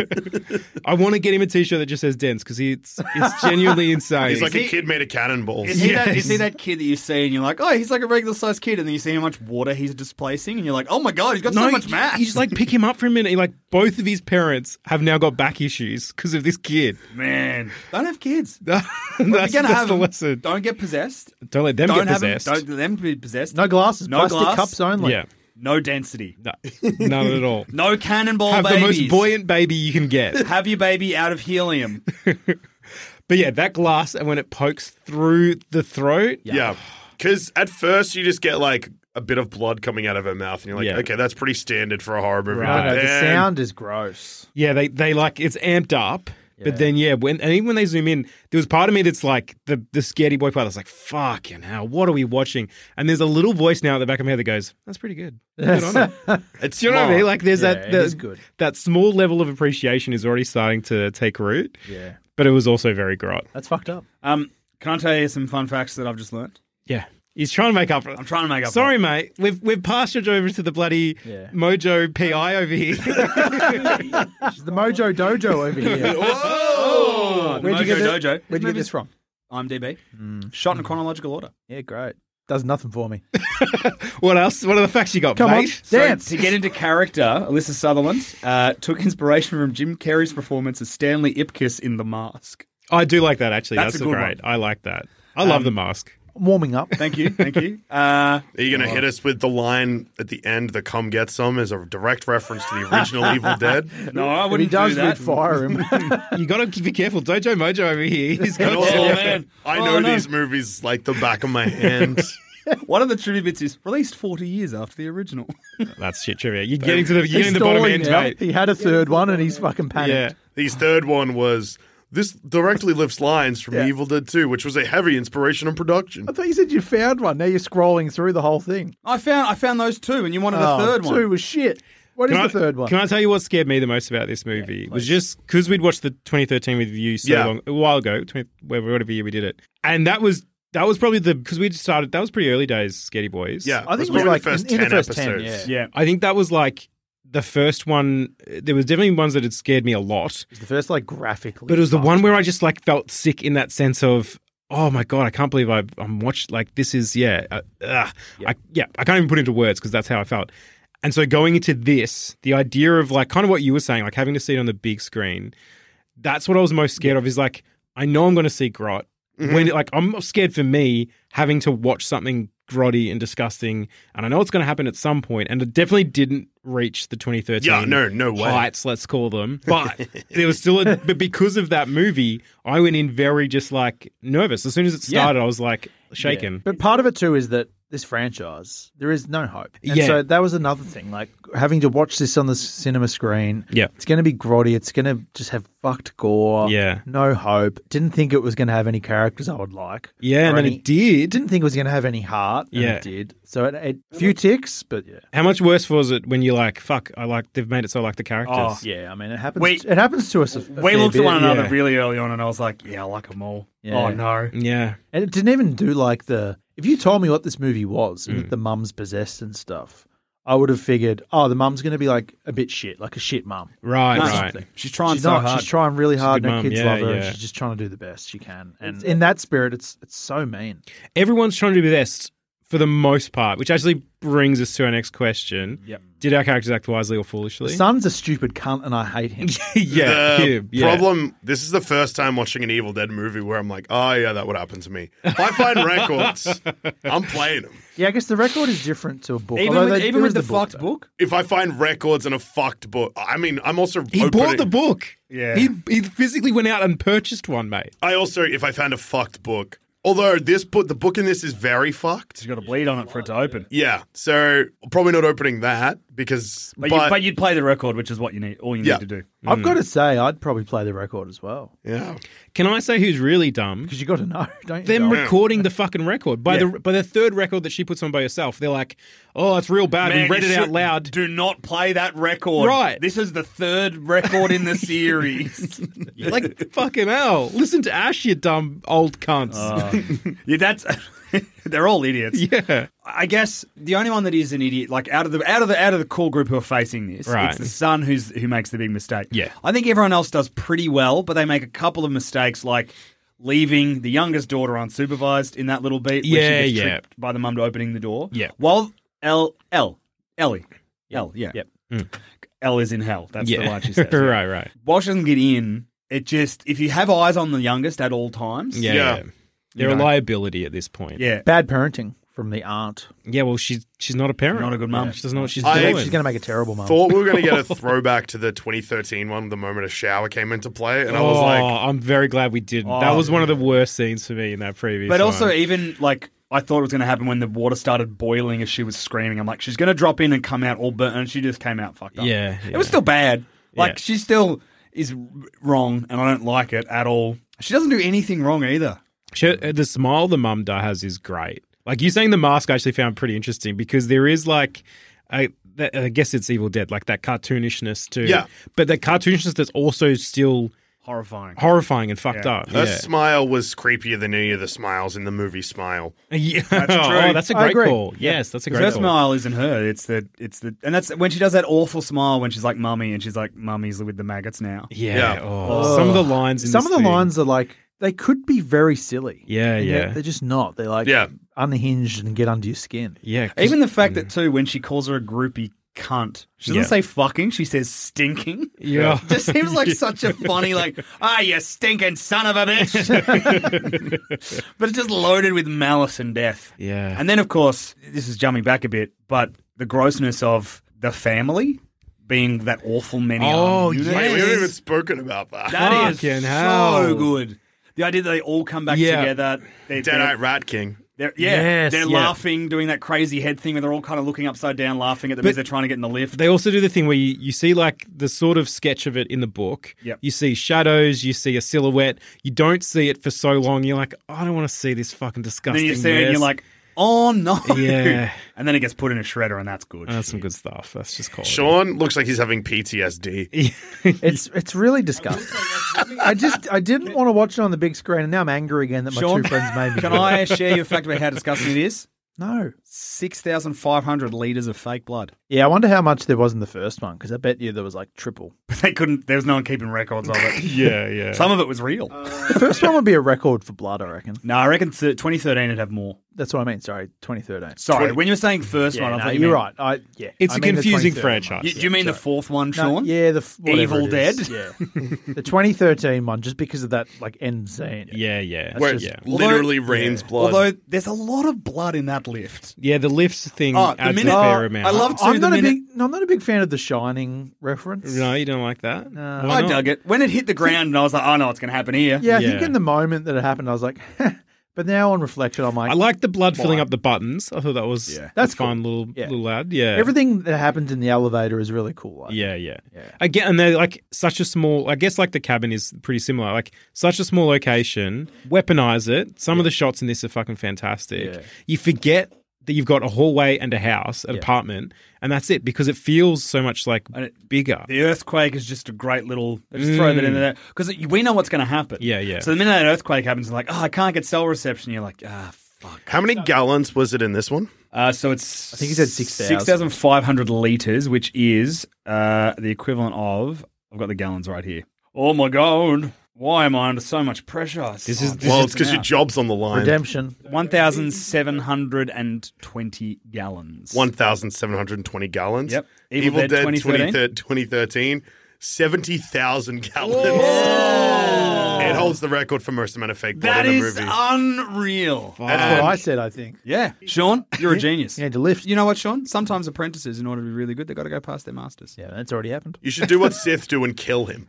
S4: I want to get him a T-shirt that just says dense because it's it's genuinely insane.
S8: He's like a kid made a cannonball.
S2: Is, he that, is he that kid that you see and you're like, oh, he's like a regular sized kid, and then you see how much water he's displacing, and you're like, oh my god, he's got so
S4: No,
S2: much
S4: you-
S2: mass.
S4: You just like pick him up for a minute. You're like both of his parents have now got back issues because of this kid.
S2: man, don't have kids.
S4: that's
S2: If you're gonna
S4: that's
S2: have
S4: the
S2: them,
S4: lesson.
S2: Don't get possessed.
S4: Don't let them
S2: don't
S4: get
S2: have 'em-
S4: possessed.
S2: don't let them be possessed.
S7: No glasses,
S2: No
S7: plastic
S2: glass.
S7: cups only.
S4: yeah,
S2: No density.
S4: no, none at all.
S2: No cannonball
S4: have the
S2: babies.
S4: most buoyant baby you can get.
S2: Have your baby out of helium.
S4: But yeah, that glass, and when it pokes through the throat,
S8: Yeah. Because at first you just get like a bit of blood coming out of her mouth, and you're like,
S4: Yeah.
S8: okay, that's pretty standard for a horror movie.
S4: Right.
S8: But
S4: No, no, the
S8: then-
S7: Sound is gross.
S4: yeah, they they like it's amped up. But then yeah, when and even when they zoom in, there was part of me that's like the the scaredy boy part that's like, fucking hell, what are we watching? And there's a little voice now at the back of my head that goes, That's pretty good. Good on it.
S8: It's
S4: Do you know what I
S8: smart.
S4: mean? Like there's that
S7: it
S4: the-
S7: is good.
S4: that small level of appreciation is already starting to take root.
S7: Yeah.
S4: But it was also very grot.
S7: That's fucked up.
S2: Um, can I tell you some fun facts that I've just learnt?
S4: Yeah. He's trying to make up for it.
S2: I'm trying to make up.
S4: Sorry, mate. We've we've passed you over to the bloody
S7: Yeah.
S4: Mojo PI over here.
S7: She's the Mojo Dojo over here.
S2: Whoa!
S7: Where'd you get
S2: Mojo
S7: thi-
S2: Dojo.
S7: Where'd you get this from?
S2: I'm DB. Shot
S4: Hmm.
S2: in chronological order.
S7: Yeah, great. Does nothing for me.
S4: what else? What are the facts you got,
S7: Come on,
S4: mate?
S7: dance.
S2: So to get into character, Alyssa Sutherland uh, took inspiration from Jim Carrey's performance as Stanley Ipkiss in The Mask.
S4: I do like that actually.
S2: That's
S4: That's,
S2: a good
S4: great.
S2: one. Um,
S4: I like that. I love the mask.
S7: Warming up.
S2: Thank you, thank you. Uh,
S8: Are you going to hit us with the line at the end, the come get some, is a direct reference to the original Evil Dead?
S2: no, I
S7: But he
S2: wouldn't
S7: does
S2: do that.
S7: read fire him.
S4: You got to be careful, Dojo Mojo over here.
S8: And
S4: He's got
S8: also,
S2: Oh, man.
S8: I
S2: Oh,
S8: know
S2: no.
S8: these movies like the back of my hand.
S2: One of the trivia bits is released 40 years after the original.
S4: that's shit trivia. You're getting to the you're getting the bottom
S7: Stalling
S4: end,
S7: now.
S4: mate.
S7: He had a third one and he's fucking
S4: Yeah,
S7: panicked.
S8: His third one was this directly lifts lines from Evil Dead 2, which was a heavy inspiration on production.
S7: I thought you said you found one. Now you're scrolling through the whole thing.
S2: I found I found those two, and you wanted a
S7: Oh,
S2: third one.
S7: Two was shit. What is
S4: Can I-
S7: the third one?
S4: Can I tell you what scared me the most about this movie? it was just because we'd watched the 2013 with you so
S7: Yeah.
S4: long, a while ago, 20, whatever whatever year we did it, and that was that was probably the because we just started. That was pretty early days, Sketty Boys.
S8: Yeah, I think it was it was probably like the first in- in the 10 first 10, episodes. yeah.
S4: yeah, I think that was like the first one. There was definitely ones that had scared me a lot.
S7: the first like graphically,
S4: But it was the one where I just like felt sick in that sense of, oh my god, I can't believe I've, I'm watched like this is yeah, uh, ugh. I, yeah, I can't even put into words because that's how I felt. And so going into this, the idea of like kind of what you were saying, like having to see it on the big screen, that's what I was most scared of. Is like I know I'm going to see grot
S8: Mm-hmm.
S4: when like I'm scared for me having to watch something grotty and disgusting, and I know it's going to happen at some point, and it definitely didn't reach the 2013
S8: Yeah, no, no way.
S4: heights, let's call them. But it was still, a, but because of that movie, I went in very just like nervous. As soon as it
S7: Yeah.
S4: started, I was like shaken.
S7: Yeah. But part of it too is that this franchise, there is no hope. And
S4: Yeah.
S7: so that was another thing. Like having to watch this on the s- cinema screen.
S4: Yeah.
S7: It's going to be grotty. It's going to just have fucked gore.
S4: Yeah.
S7: No hope. Didn't think it was going to have any characters I would like.
S4: Yeah, and
S7: Or
S4: then
S7: any-
S4: it did.
S7: Didn't think it was going to have any heart. and
S4: Yeah.
S7: It did. So it, it few ticks, but yeah.
S4: How much worse was it when you're like, fuck, I like, they've made it so I like the characters?
S2: Oh.
S7: Yeah. I mean, it happens.
S2: We-
S7: it happens to us. A, a
S2: we
S7: fair
S2: looked
S7: bit.
S2: at one another
S7: Yeah.
S2: really early on, and I was like, "Yeah, I like them all." Oh no,
S4: Yeah.
S7: And it didn't even do like the. If you told me what this movie was, and that the mum's possessed and stuff, I would have figured, oh, the mum's going to be like a bit shit, like a shit mum.
S4: Right,
S7: Or
S4: right.
S7: something.
S2: She's trying
S7: she's
S2: so
S7: not,
S2: hard.
S7: She's trying really
S4: She's a
S7: hard, and
S4: good
S7: her
S4: mum.
S7: kids
S4: Yeah,
S7: love her, and
S4: yeah.
S7: she's just trying to do the best she can. And in that spirit, it's it's so mean.
S4: Everyone's trying to do their best for the most part, which actually brings us to our next question.
S2: Yep.
S4: Did our characters act wisely or
S7: The
S4: foolishly?
S7: son's a stupid cunt, and I hate him.
S8: The
S4: yeah, him, yeah.
S8: Um, problem. This is the first time watching an Evil Dead movie where I'm like, oh yeah, that would happen to me. If I find records, I'm playing them.
S7: yeah, I guess the record is different to a book.
S8: Even
S7: although
S8: with-
S7: they-
S8: even
S7: there
S8: with
S7: is
S8: the
S7: book,
S8: fucked
S7: though.
S2: book?
S8: If I find records in a fucked book, I mean, I'm also
S4: He bought
S8: opening-
S4: the book.
S2: Yeah.
S4: He, he physically went out and purchased one, mate.
S8: I also, if I found a fucked book, although this book, the book in this is very fucked.
S2: You got to bleed on it for it to open.
S8: Yeah, so probably not opening that because.
S2: But, you, but you'd play the record, which is what you need. All you
S8: Yeah.
S2: need to do.
S7: I've got to say, I'd probably play the record as well
S8: yeah.
S4: Can I say who's really dumb?
S7: because you got to know, don't you?
S4: Them
S7: Dom?
S4: recording the fucking record by
S2: Yeah.
S4: the by the third record that she puts on by herself. They're like, "Oh, it's real bad.
S2: Man,
S4: we read
S2: you
S4: it out
S2: should-
S4: loud."
S2: Do not play that record.
S4: Right.
S2: This is the third record in the series.
S4: Like fucking hell! Listen to Ash, you dumb old cunts.
S2: Uh, yeah, that's they're all idiots.
S4: yeah,
S2: I guess the only one that is an idiot, like out of the out of the out of the cool group who are facing this,
S4: Right.
S2: it's the son who's who makes the big mistake.
S4: Yeah.
S2: I think everyone else does pretty well, but they make a couple of mistakes, like leaving the youngest daughter unsupervised in that little beat.
S4: Yeah,
S2: where she gets
S4: yeah.
S2: tricked by the mum to opening the door.
S4: Yeah.
S2: while L L Ellie L yeah
S7: Yep.
S2: L is in hell. That's the
S4: yeah.
S2: line she says. yeah.
S4: right, right.
S2: While she doesn't get in, it just if you have eyes on the youngest at all times,
S4: Yeah,
S8: Yeah.
S4: yeah. they're
S2: You
S4: a
S2: know.
S4: liability at this point.
S2: yeah,
S7: Bad parenting from the aunt.
S4: yeah. Well, she's she's not a parent.
S2: Not a good mum.
S4: She doesn't know what she's
S8: I-
S4: doing.
S7: She's going to make a terrible mum.
S8: Thought we were going to get a throwback to the 2013 one the moment a shower came into play, and I was
S4: oh,
S8: like,
S4: I'm very glad we did. not that
S2: Oh,
S4: was one of the worst scenes for me in that previous.
S2: But also,
S4: one.
S2: even like I thought it was going to happen when the water started boiling as she was screaming. I'm like, she's going to drop in and come out all burnt, and she just came out fucked up.
S4: Yeah,
S2: it was
S4: yeah.
S2: still bad. Like
S4: Yeah.
S2: she still is wrong, and I don't like it at all. She doesn't do anything wrong either.
S4: She, uh, the smile the mum da has is great. Like you saying the mask, I actually found pretty interesting because there is like, I, that, I guess it's Evil Dead, like that cartoonishness too.
S8: Yeah.
S4: but that cartoonishness that's also still
S2: Horrifying.
S4: horrifying and fucked
S2: Yeah.
S4: up.
S8: her
S4: yeah,
S8: smile was creepier than any of the smiles in the movie Smile.
S4: Yeah.
S2: That's
S4: oh,
S2: true.
S4: that's a
S7: I
S4: great
S7: agree.
S4: call. Yes, that's a
S2: Because
S4: great
S2: her
S4: call.
S2: smile isn't her. It's the it's the and that's when she does that awful smile when she's like mummy and she's like mummy's with the maggots now.
S4: Yeah,
S8: Yeah.
S4: oh. some of the lines. In
S7: Some of
S4: this
S7: the
S4: thing-
S7: lines are like they could be very silly.
S4: Yeah,
S7: and yet
S4: yeah.
S7: They're just not. They're like
S8: Yeah.
S7: unhinged and get under your skin.
S4: Yeah, 'cause-
S2: Even the fact that too when she calls her a groupie cunt, she doesn't
S4: Yeah.
S2: say fucking. She says stinking.
S4: yeah.
S2: It just seems like such a funny, like, ah, you stinking son of a bitch. but it's just loaded with malice and death.
S4: Yeah.
S2: And then, of course, this is jumping back a bit, but the grossness of the family being that awful many.
S4: Oh, yes.
S8: Wait, we haven't even spoken about that.
S2: That is
S4: Fucking
S2: so
S4: hell.
S2: good. The idea that they all come back
S4: Yeah.
S2: together. They,
S8: Deadite
S2: they're,
S8: Rat King.
S2: they're- yeah,
S4: Yes,
S2: they're
S4: yeah.
S2: laughing, doing that crazy head thing where they're all kind of looking upside down, laughing at them
S4: But-
S2: as they're trying to get in the lift.
S4: They also do the thing where you, you see like the sort of sketch of it in the book.
S2: Yep.
S4: You see shadows, you see a silhouette. You don't see it for so long. You're like, "Oh, I don't want to see this fucking disgusting.
S2: then you see it and
S4: mess."
S2: you're like, Oh no!
S4: Yeah.
S2: and then it gets put in a shredder, and that's good.
S4: "Ah, That's some good stuff. That's just cool.
S8: Sean looks like he's having PTSD.
S7: it's it's really disgusting. I just I didn't want to watch it on the big screen, and now I'm angry again that my
S2: Sean,
S7: two friends made me.
S2: Can
S7: do it.
S2: I share your fact about how disgusting it is?
S7: No.
S2: 6,500 litres of fake blood.
S7: Yeah, I wonder how much there was in the first one because I bet you there was like triple.
S2: But they couldn't, there was no one keeping records of it.
S7: Yeah, yeah.
S2: Some of it was real.
S8: Uh,
S7: The first one would be a record for blood, I reckon.
S2: no, I reckon th- 2013 it'd have more.
S7: That's what I mean. Sorry, 2013.
S2: Sorry, when you were saying first
S7: Yeah,
S2: one, I
S7: no,
S2: thought you
S7: you're
S2: meant-
S7: right. I- yeah.
S4: It's
S7: I
S4: a
S7: mean the
S4: confusing
S7: 23rd one.
S4: franchise.
S2: You, do you mean the fourth one,
S7: No,
S2: Sean?
S7: yeah, the f- whatever
S2: Evil
S7: it
S2: Dead.
S7: is. Yeah, the 2013 one, just because of that like end scene.
S4: Yeah, yeah.
S7: That's
S8: Where
S7: just-
S8: it literally rains blood.
S2: Although there's a lot of blood in that lift.
S4: Yeah, the lifts thing
S2: Oh, the
S4: adds
S2: minute-
S4: a fair
S2: Oh,
S4: amount.
S2: I love to
S7: I'm
S2: the
S7: not a
S2: minute.
S7: big. no, I'm not a big fan of the Shining reference.
S4: No, you don't like that.
S7: No.
S4: Why
S2: I
S4: not?
S2: dug it. When it hit the ground, and I was like, oh no, it's going to happen here.
S7: Yeah, I think
S4: Yeah.
S7: in the moment that it happened, I was like, but now on reflection, I'm like,
S4: I like the blood filling up the buttons. I thought that was
S2: Yeah.
S4: that's fun little
S7: Yeah.
S4: little ad. Yeah,
S7: everything that happens in the elevator is really cool. Like,
S4: Yeah, yeah,
S7: Yeah.
S4: Again, and they're like such a small. I guess like the cabin is pretty similar. Like such a small location. Weaponize it. Some of the shots in this are fucking fantastic.
S7: Yeah.
S4: You forget that you've got a hallway and a house, an
S7: Yeah.
S4: apartment, and that's it because it feels so much like
S2: And it-
S4: bigger.
S2: The earthquake is just a great little. I Just throw that in there because we know what's going to happen.
S4: Yeah, yeah.
S2: So the minute that earthquake happens, you're like, oh, I can't get cell reception. You're like, ah, fuck.
S8: How many gallons was it in this one?
S2: Uh, so it's. I
S7: think he said 6,000.
S2: 6,500 litres, which is uh, the equivalent of. I've got the gallons right here. Oh my God. Why am I under so much pressure?
S4: This is- this
S8: Well, it's because your job's on the line.
S7: Redemption.
S2: 1,720 gallons.
S8: 1,720 gallons.
S2: Yep. Evil Dead 2013.
S8: 2013, 2013 70,000 gallons. It holds the record for most amount of fake blood
S2: That
S8: in a
S2: is
S8: movie.
S2: unreal.
S7: That's what I said. I think.
S2: Yeah. Sean, you're a genius.
S7: You need to lift.
S2: You know what, Sean? Sometimes apprentices, in order to be really good, they got to go past their masters.
S7: Yeah, that's already happened.
S8: you should do what Sith do and kill him.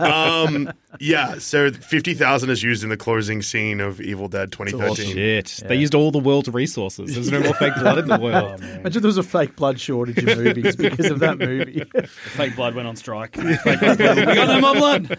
S8: um, yeah, so 50,000 is used in the closing scene of Evil Dead 2013.
S4: Shit, they used all the world's resources. There's no more fake blood in
S2: Oh,
S4: the world.
S7: Imagine there was a fake blood shortage in movies because of that movie.
S2: Fake blood went on strike. Fake blood went- we got no more blood.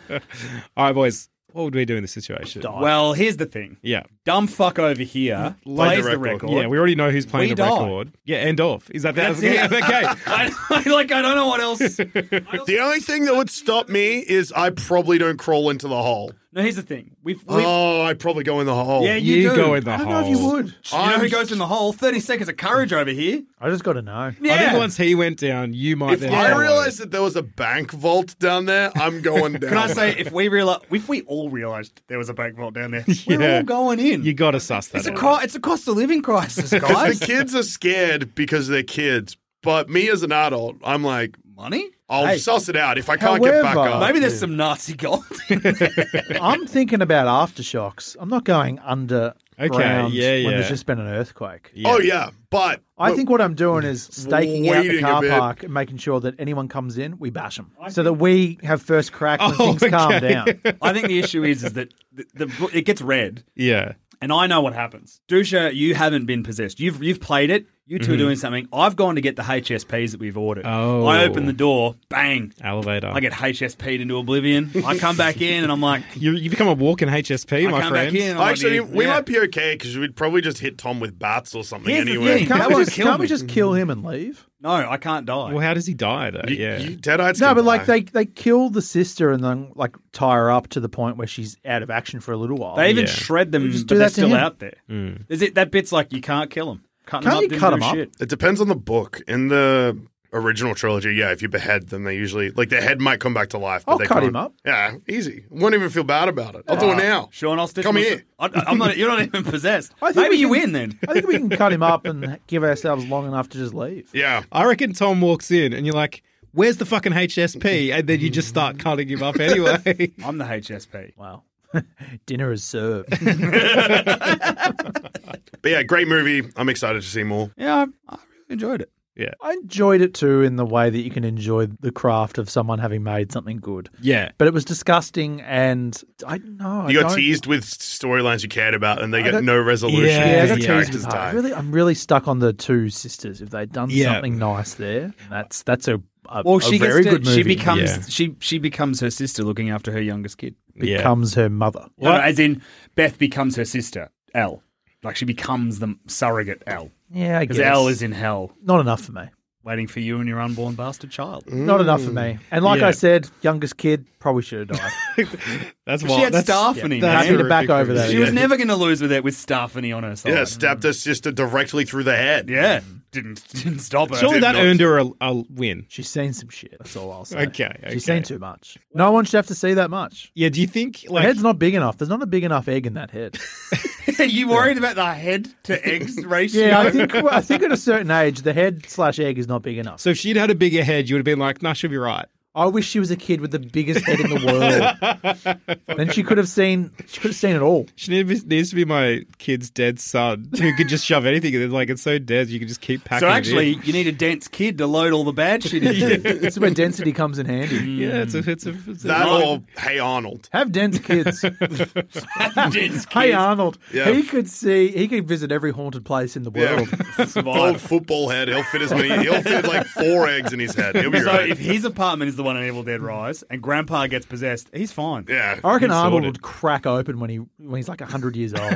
S4: all right, boys, what would we do in this situation?
S2: Well, here's the thing.
S4: Yeah.
S2: Dumb fuck over here plays the record.
S4: Yeah, we already know who's playing
S2: We
S4: the
S2: die.
S4: record. Yeah, end off. Is that that?
S2: That's
S4: okay,
S2: it.
S4: okay.
S2: I, like, I don't know what else.
S8: The only thing that would stop me is I probably don't crawl into the hole.
S2: No, here's the thing. We've, we've
S8: Oh, I probably go in the hole.
S2: yeah, you,
S4: You
S2: do.
S4: go in the
S2: I don't
S4: hole.
S2: know if you would. You know
S8: I'm-
S2: who goes in the hole? Thirty seconds of courage over here.
S7: I just got to know.
S2: Yeah.
S4: I think once he went down, you might.
S8: If
S4: then
S8: I
S4: follow.
S8: realize that there was a bank vault down there, I'm going down.
S2: Can I say if we realize if we all realized there was a bank vault down there, we're
S4: Yeah.
S2: all going in.
S4: you got to suss that
S2: it's a
S4: out.
S2: co- it's a cost of living crisis,
S8: Because
S2: guys.
S8: the kids are scared because they're kids. But me as an adult, I'm like,
S2: Money.
S8: I'll suss it out. If I can't get back
S7: however-
S8: up,
S2: Maybe there's some Nazi gold.
S7: I'm thinking about aftershocks. I'm not going under
S4: Okay,
S7: ground
S4: yeah,
S7: when
S4: yeah.
S7: there's just been an earthquake.
S8: Oh yeah, but
S7: I think what I'm doing is staking out the
S8: waiting a
S7: car
S8: bit.
S7: park and making sure that anyone comes in, we bash them, so that we have first crack when
S4: Oh,
S7: things calm
S4: okay.
S7: down.
S2: I think the issue is is that the, the book- it gets read,
S4: Yeah.
S2: and I know what happens. Dusha, you haven't been possessed. You've you've played it. You 2 are doing something. I've gone to get the HSPs that we've ordered.
S4: Oh.
S2: I open the door, bang.
S4: Elevator.
S2: I get HSP'd into oblivion. I come back in and I'm like,
S4: you, you become a walking HSP,
S2: I
S4: my
S2: come
S4: friend.
S2: back in. and I'm like,
S8: actually we
S2: yeah.
S8: might be okay because we'd probably just hit Tom with bats or something
S2: Here's the
S8: anyway.
S2: thing,
S7: Can't,
S2: That
S7: we
S2: would
S7: just,
S2: kill
S7: can't we
S2: me.
S7: just kill him and leave?
S2: No, I can't die.
S4: Well, how does he die though?
S8: You,
S4: yeah.
S8: you deadites.
S7: No,
S8: can
S7: but like
S8: die.
S7: they they kill the sister and then like tie her up to the point where she's out of action for a little while.
S2: they even
S4: yeah.
S2: shred them,
S7: just
S2: but
S7: do
S2: they're
S7: that to
S2: still
S7: him.
S2: out there. Is it that bit's like you can't kill them?
S7: Can't
S2: Cut them up,
S7: you
S2: didn't
S7: cut
S2: do
S7: 'em up?
S2: Shit.
S8: It depends on the book. In the original trilogy, yeah, if you behead them, they usually like their head might come back to life. But
S7: I'll
S8: they
S7: cut
S8: can't.
S7: him up.
S8: Yeah, easy. Won't even feel bad about it. I'll do it now.
S2: Ah, Sean, I'll stitch
S8: Come
S2: myself-
S8: here.
S2: I, I'm not. You're not even possessed.
S7: I think we
S2: Maybe you
S7: can-
S2: win then.
S7: I think we can cut him up and give ourselves long enough to just leave.
S8: Yeah.
S4: I reckon Tom walks in and you're like, "Where's the fucking HSP?" And then you just start cutting him up anyway.
S2: I'm the HSP.
S7: Wow. Dinner is served.
S8: But yeah, great movie. I'm excited to see more.
S2: Yeah, I, I really enjoyed it.
S4: yeah.
S7: I enjoyed it too in the way that you can enjoy the craft of someone having made something good.
S4: Yeah.
S7: But it was disgusting and I know I
S8: You got
S7: don't-
S8: teased with storylines you cared about, and they
S7: I
S8: get
S7: don't-
S8: no resolution.
S7: Yeah,
S4: Yeah,
S7: I
S8: These
S7: got
S4: yeah.
S7: teased
S8: characters
S7: with that.
S8: die.
S7: I Really, I'm really stuck on the two sisters. If they'd done
S4: Yeah.
S7: something nice there, that's that's a, a,
S2: Well,
S7: a
S2: she
S7: very
S2: gets to,
S7: good movie.
S2: She becomes
S4: Yeah.
S2: she she becomes her sister, looking after her youngest kid.
S4: Yeah.
S7: becomes her mother.
S2: No, no, as in Beth becomes her sister. L. Like she becomes the surrogate L.
S7: Yeah, I
S2: because
S7: guess.
S2: L is in hell,
S7: Not enough for me.
S2: waiting for you and your unborn bastard child.
S7: Not enough for me. And like
S2: Hmm. Yeah.
S7: I said, youngest kid probably should have died.
S2: that's
S7: why-
S2: she had
S7: that's-
S2: Starfany.
S7: yeah, that's
S2: man.
S7: Happy to back over that,
S2: She was
S7: yeah.
S2: never going to lose with that with Starfany on her side.
S8: Yeah, stabbed her sister directly through the head.
S2: Yeah, didn't didn't stop her.
S4: Surely that earned her a, a win.
S7: She's seen some shit. That's all I'll say.
S4: Okay,
S7: She's
S4: okay.
S7: seen too much. No one should have to see that much.
S4: Yeah, do you think
S7: like head's not big enough? There's not a big enough egg in that head.
S2: Are you worried about the head to eggs ratio?
S7: yeah, I think I think at a certain age, the head slash egg is not big enough.
S4: So if she'd had a bigger head, you would have been like, nah, she'll be right.
S7: I wish she was a kid with the biggest head in the world. then she could have seen she could have seen it all.
S4: She needs, needs to be my kid's dead son who could just shove anything in. Like, it's so dead, you can just keep packing
S2: So
S4: it in.
S2: actually, you need a dense kid to load all the bad shit into.
S7: That's where density comes in handy.
S4: Yeah, it's a, it's a, it's a
S8: That or Hey Arnold.
S7: Have dense kids.
S2: dense
S7: Hey uh, Arnold,
S8: Yeah.
S7: he could see, he could visit every haunted place in the
S8: Yeah.
S7: world.
S8: Old football head. He'll fit as many. He'll fit like four eggs in his head. He'll be
S2: so
S8: right.
S2: if his apartment is the one in Evil Dead Rise and Grandpa gets possessed, he's fine.
S8: yeah.
S7: I reckon
S2: He's
S7: Arnold
S2: sorted.
S7: would crack open when he when he's like hundred years old.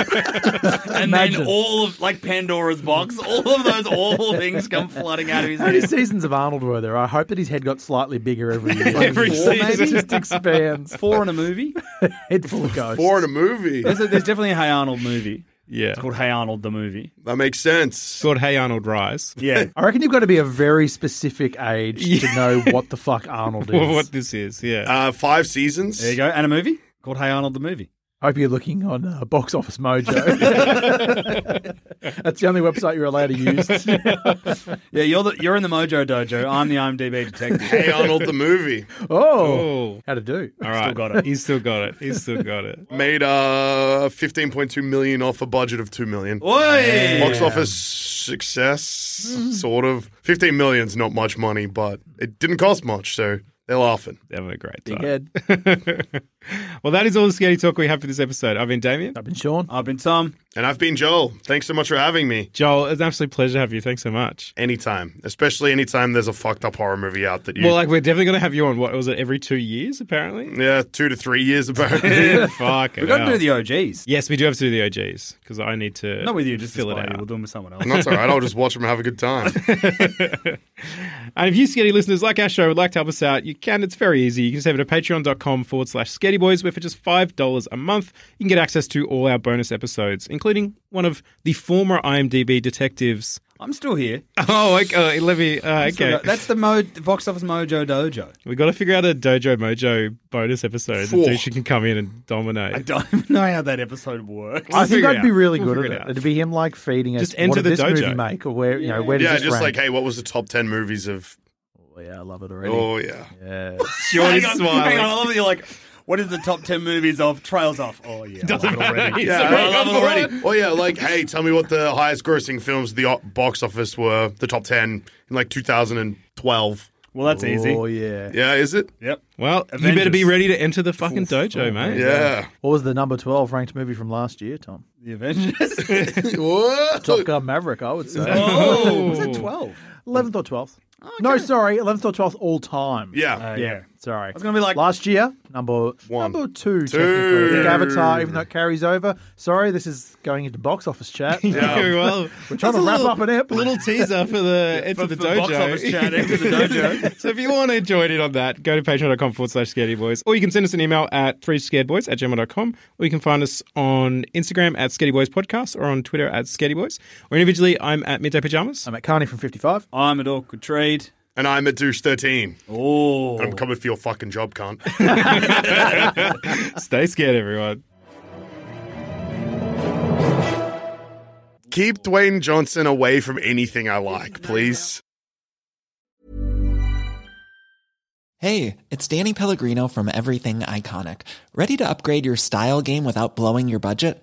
S2: And
S7: Imagine.
S2: then all of like Pandora's box, all of those awful things come flooding out of his
S7: How many
S2: head.
S7: seasons of Arnold were there? I hope that his head got slightly bigger every year.
S2: Every
S7: Four, maybe?
S2: season.
S7: just expands.
S2: Four in a movie.
S7: Head full of ghosts.
S8: Four in a movie.
S2: There's, a, there's definitely a Hey Arnold movie.
S4: Yeah.
S2: It's called Hey Arnold the movie.
S8: That makes sense.
S4: Sort Hey Arnold Rise.
S2: Yeah.
S7: I reckon you've got to be a very specific age to know what the fuck Arnold is.
S4: what this is, yeah.
S8: Uh, five seasons.
S2: There you go. And a movie called Hey Arnold the movie.
S7: Hope you're looking on uh, Box Office Mojo. That's the only website you're allowed to use.
S2: Yeah, you're the, you're in the Mojo Dojo. I'm the IMDb detective.
S8: Hey Arnold the movie
S7: oh,
S4: Oh.
S7: how to do?
S4: All right.
S2: Still got it.
S4: He's still got it. He's still got it.
S8: made uh 15.2 million off a budget of 2 million.
S2: Oi!
S8: Box office success,
S2: Mm-hmm.
S8: sort of. 15 million's not much money, but it didn't cost much, so they're laughing.
S4: Having a great
S7: Big
S4: time.
S7: head.
S4: well, that is all the scary talk we have for this episode. I've been Damien.
S7: I've been Sean.
S2: I've been Tom.
S8: And I've been Joel. Thanks so much for having me.
S4: Joel, it's an absolute pleasure to have you. Thanks so much.
S8: Anytime, especially anytime there's a fucked up horror movie out that you.
S4: Well, like, we're definitely going to have you on, what was it, every two years, apparently?
S8: yeah, two to three years apparently.
S4: Fuck.
S2: We've got to do the OGs.
S4: Yes, we do have to do the OGs because I need to.
S2: Not with you, just
S4: fill it
S2: despite you.
S4: out.
S2: We'll do them with someone else.
S8: That's all right. I'll just watch them and have a good time.
S4: And if you sketty listeners like our show would like to help us out, you can. It's very easy. You can just head over to patreon.com forward slash sketty boys, where for just $5 a month, you can get access to all our bonus episodes, including one of the former IMDb detectives.
S2: I'm still here.
S4: Oh, okay. Let me. Uh,
S2: Still
S4: okay.
S2: got- That's the mo- the box office mojo dojo.
S4: we got to figure out a Dojo Mojo bonus episode
S8: Phew.
S4: that Dusha can come in and dominate.
S2: I don't even know how that episode works.
S7: I think
S4: figure it
S7: I'd be
S4: out.
S7: really
S4: We'll
S7: good
S4: figure
S7: at it.
S4: it out.
S7: It'd be him like feeding us.
S4: Just enter
S7: what did
S4: the
S7: this movie
S4: dojo.
S7: make, or where you know where does
S8: yeah,
S7: this
S8: just
S7: rank?
S8: like, hey, what was the top 10 movies of.
S7: Oh, yeah, I love it already.
S8: Oh, yeah.
S7: Yeah.
S4: Sean is
S2: hang on,
S4: smiling.
S2: hang on, I love that you're like, what is the top 10 movies of Trails Off? Oh, yeah. I love it already.
S8: Yeah,
S2: I love it already.
S8: Oh yeah, like hey, tell me what the highest grossing films of the o- box office were, the top ten in like 2012.
S2: Well, that's
S7: Oh
S2: easy.
S7: yeah.
S8: Yeah, is it?
S2: Yep.
S4: Well, you
S2: Avengers. Oh,
S4: better be ready to enter the fucking dojo, mate.
S8: Yeah.
S7: What was the number twelve ranked movie from last year, Tom?
S2: The Avengers.
S8: Whoa.
S7: Top Gun Maverick, I would say.
S2: oh, was it 12?
S7: Eleventh or twelfth? No, sorry, eleventh or twelfth all time.
S8: Yeah.
S2: yeah.
S7: Sorry. It's
S2: gonna be like-
S7: last year, number
S8: One.
S7: number two, technically. I think Avatar, even though it carries over. Sorry, this is going into box office chat.
S4: Very well,
S7: We're trying to wrap
S4: little,
S7: up an ep.
S4: Little teaser for the enter
S2: For-
S4: the
S2: for
S4: dojo.
S2: box office chat, enter the dojo.
S4: so if you want to join in on that, go to patreon.com forward slash scaredyboys. Or you can send us an email at three scaredboys at gmail.com. Or you can find us on Instagram at scaredyboys podcast or on Twitter at scaredyboys. Or individually, I'm at midday pajamas.
S7: I'm at Carney from 55.
S2: I'm at Awkward Trade.
S8: And I'm at douche 13.
S2: Oh.
S8: I'm coming for your fucking job, cunt.
S4: Stay scared, everyone.
S8: Keep Dwayne Johnson away from anything I like, please.
S10: Hey, it's Danny Pellegrino from Everything Iconic. Ready to upgrade your style game without blowing your budget?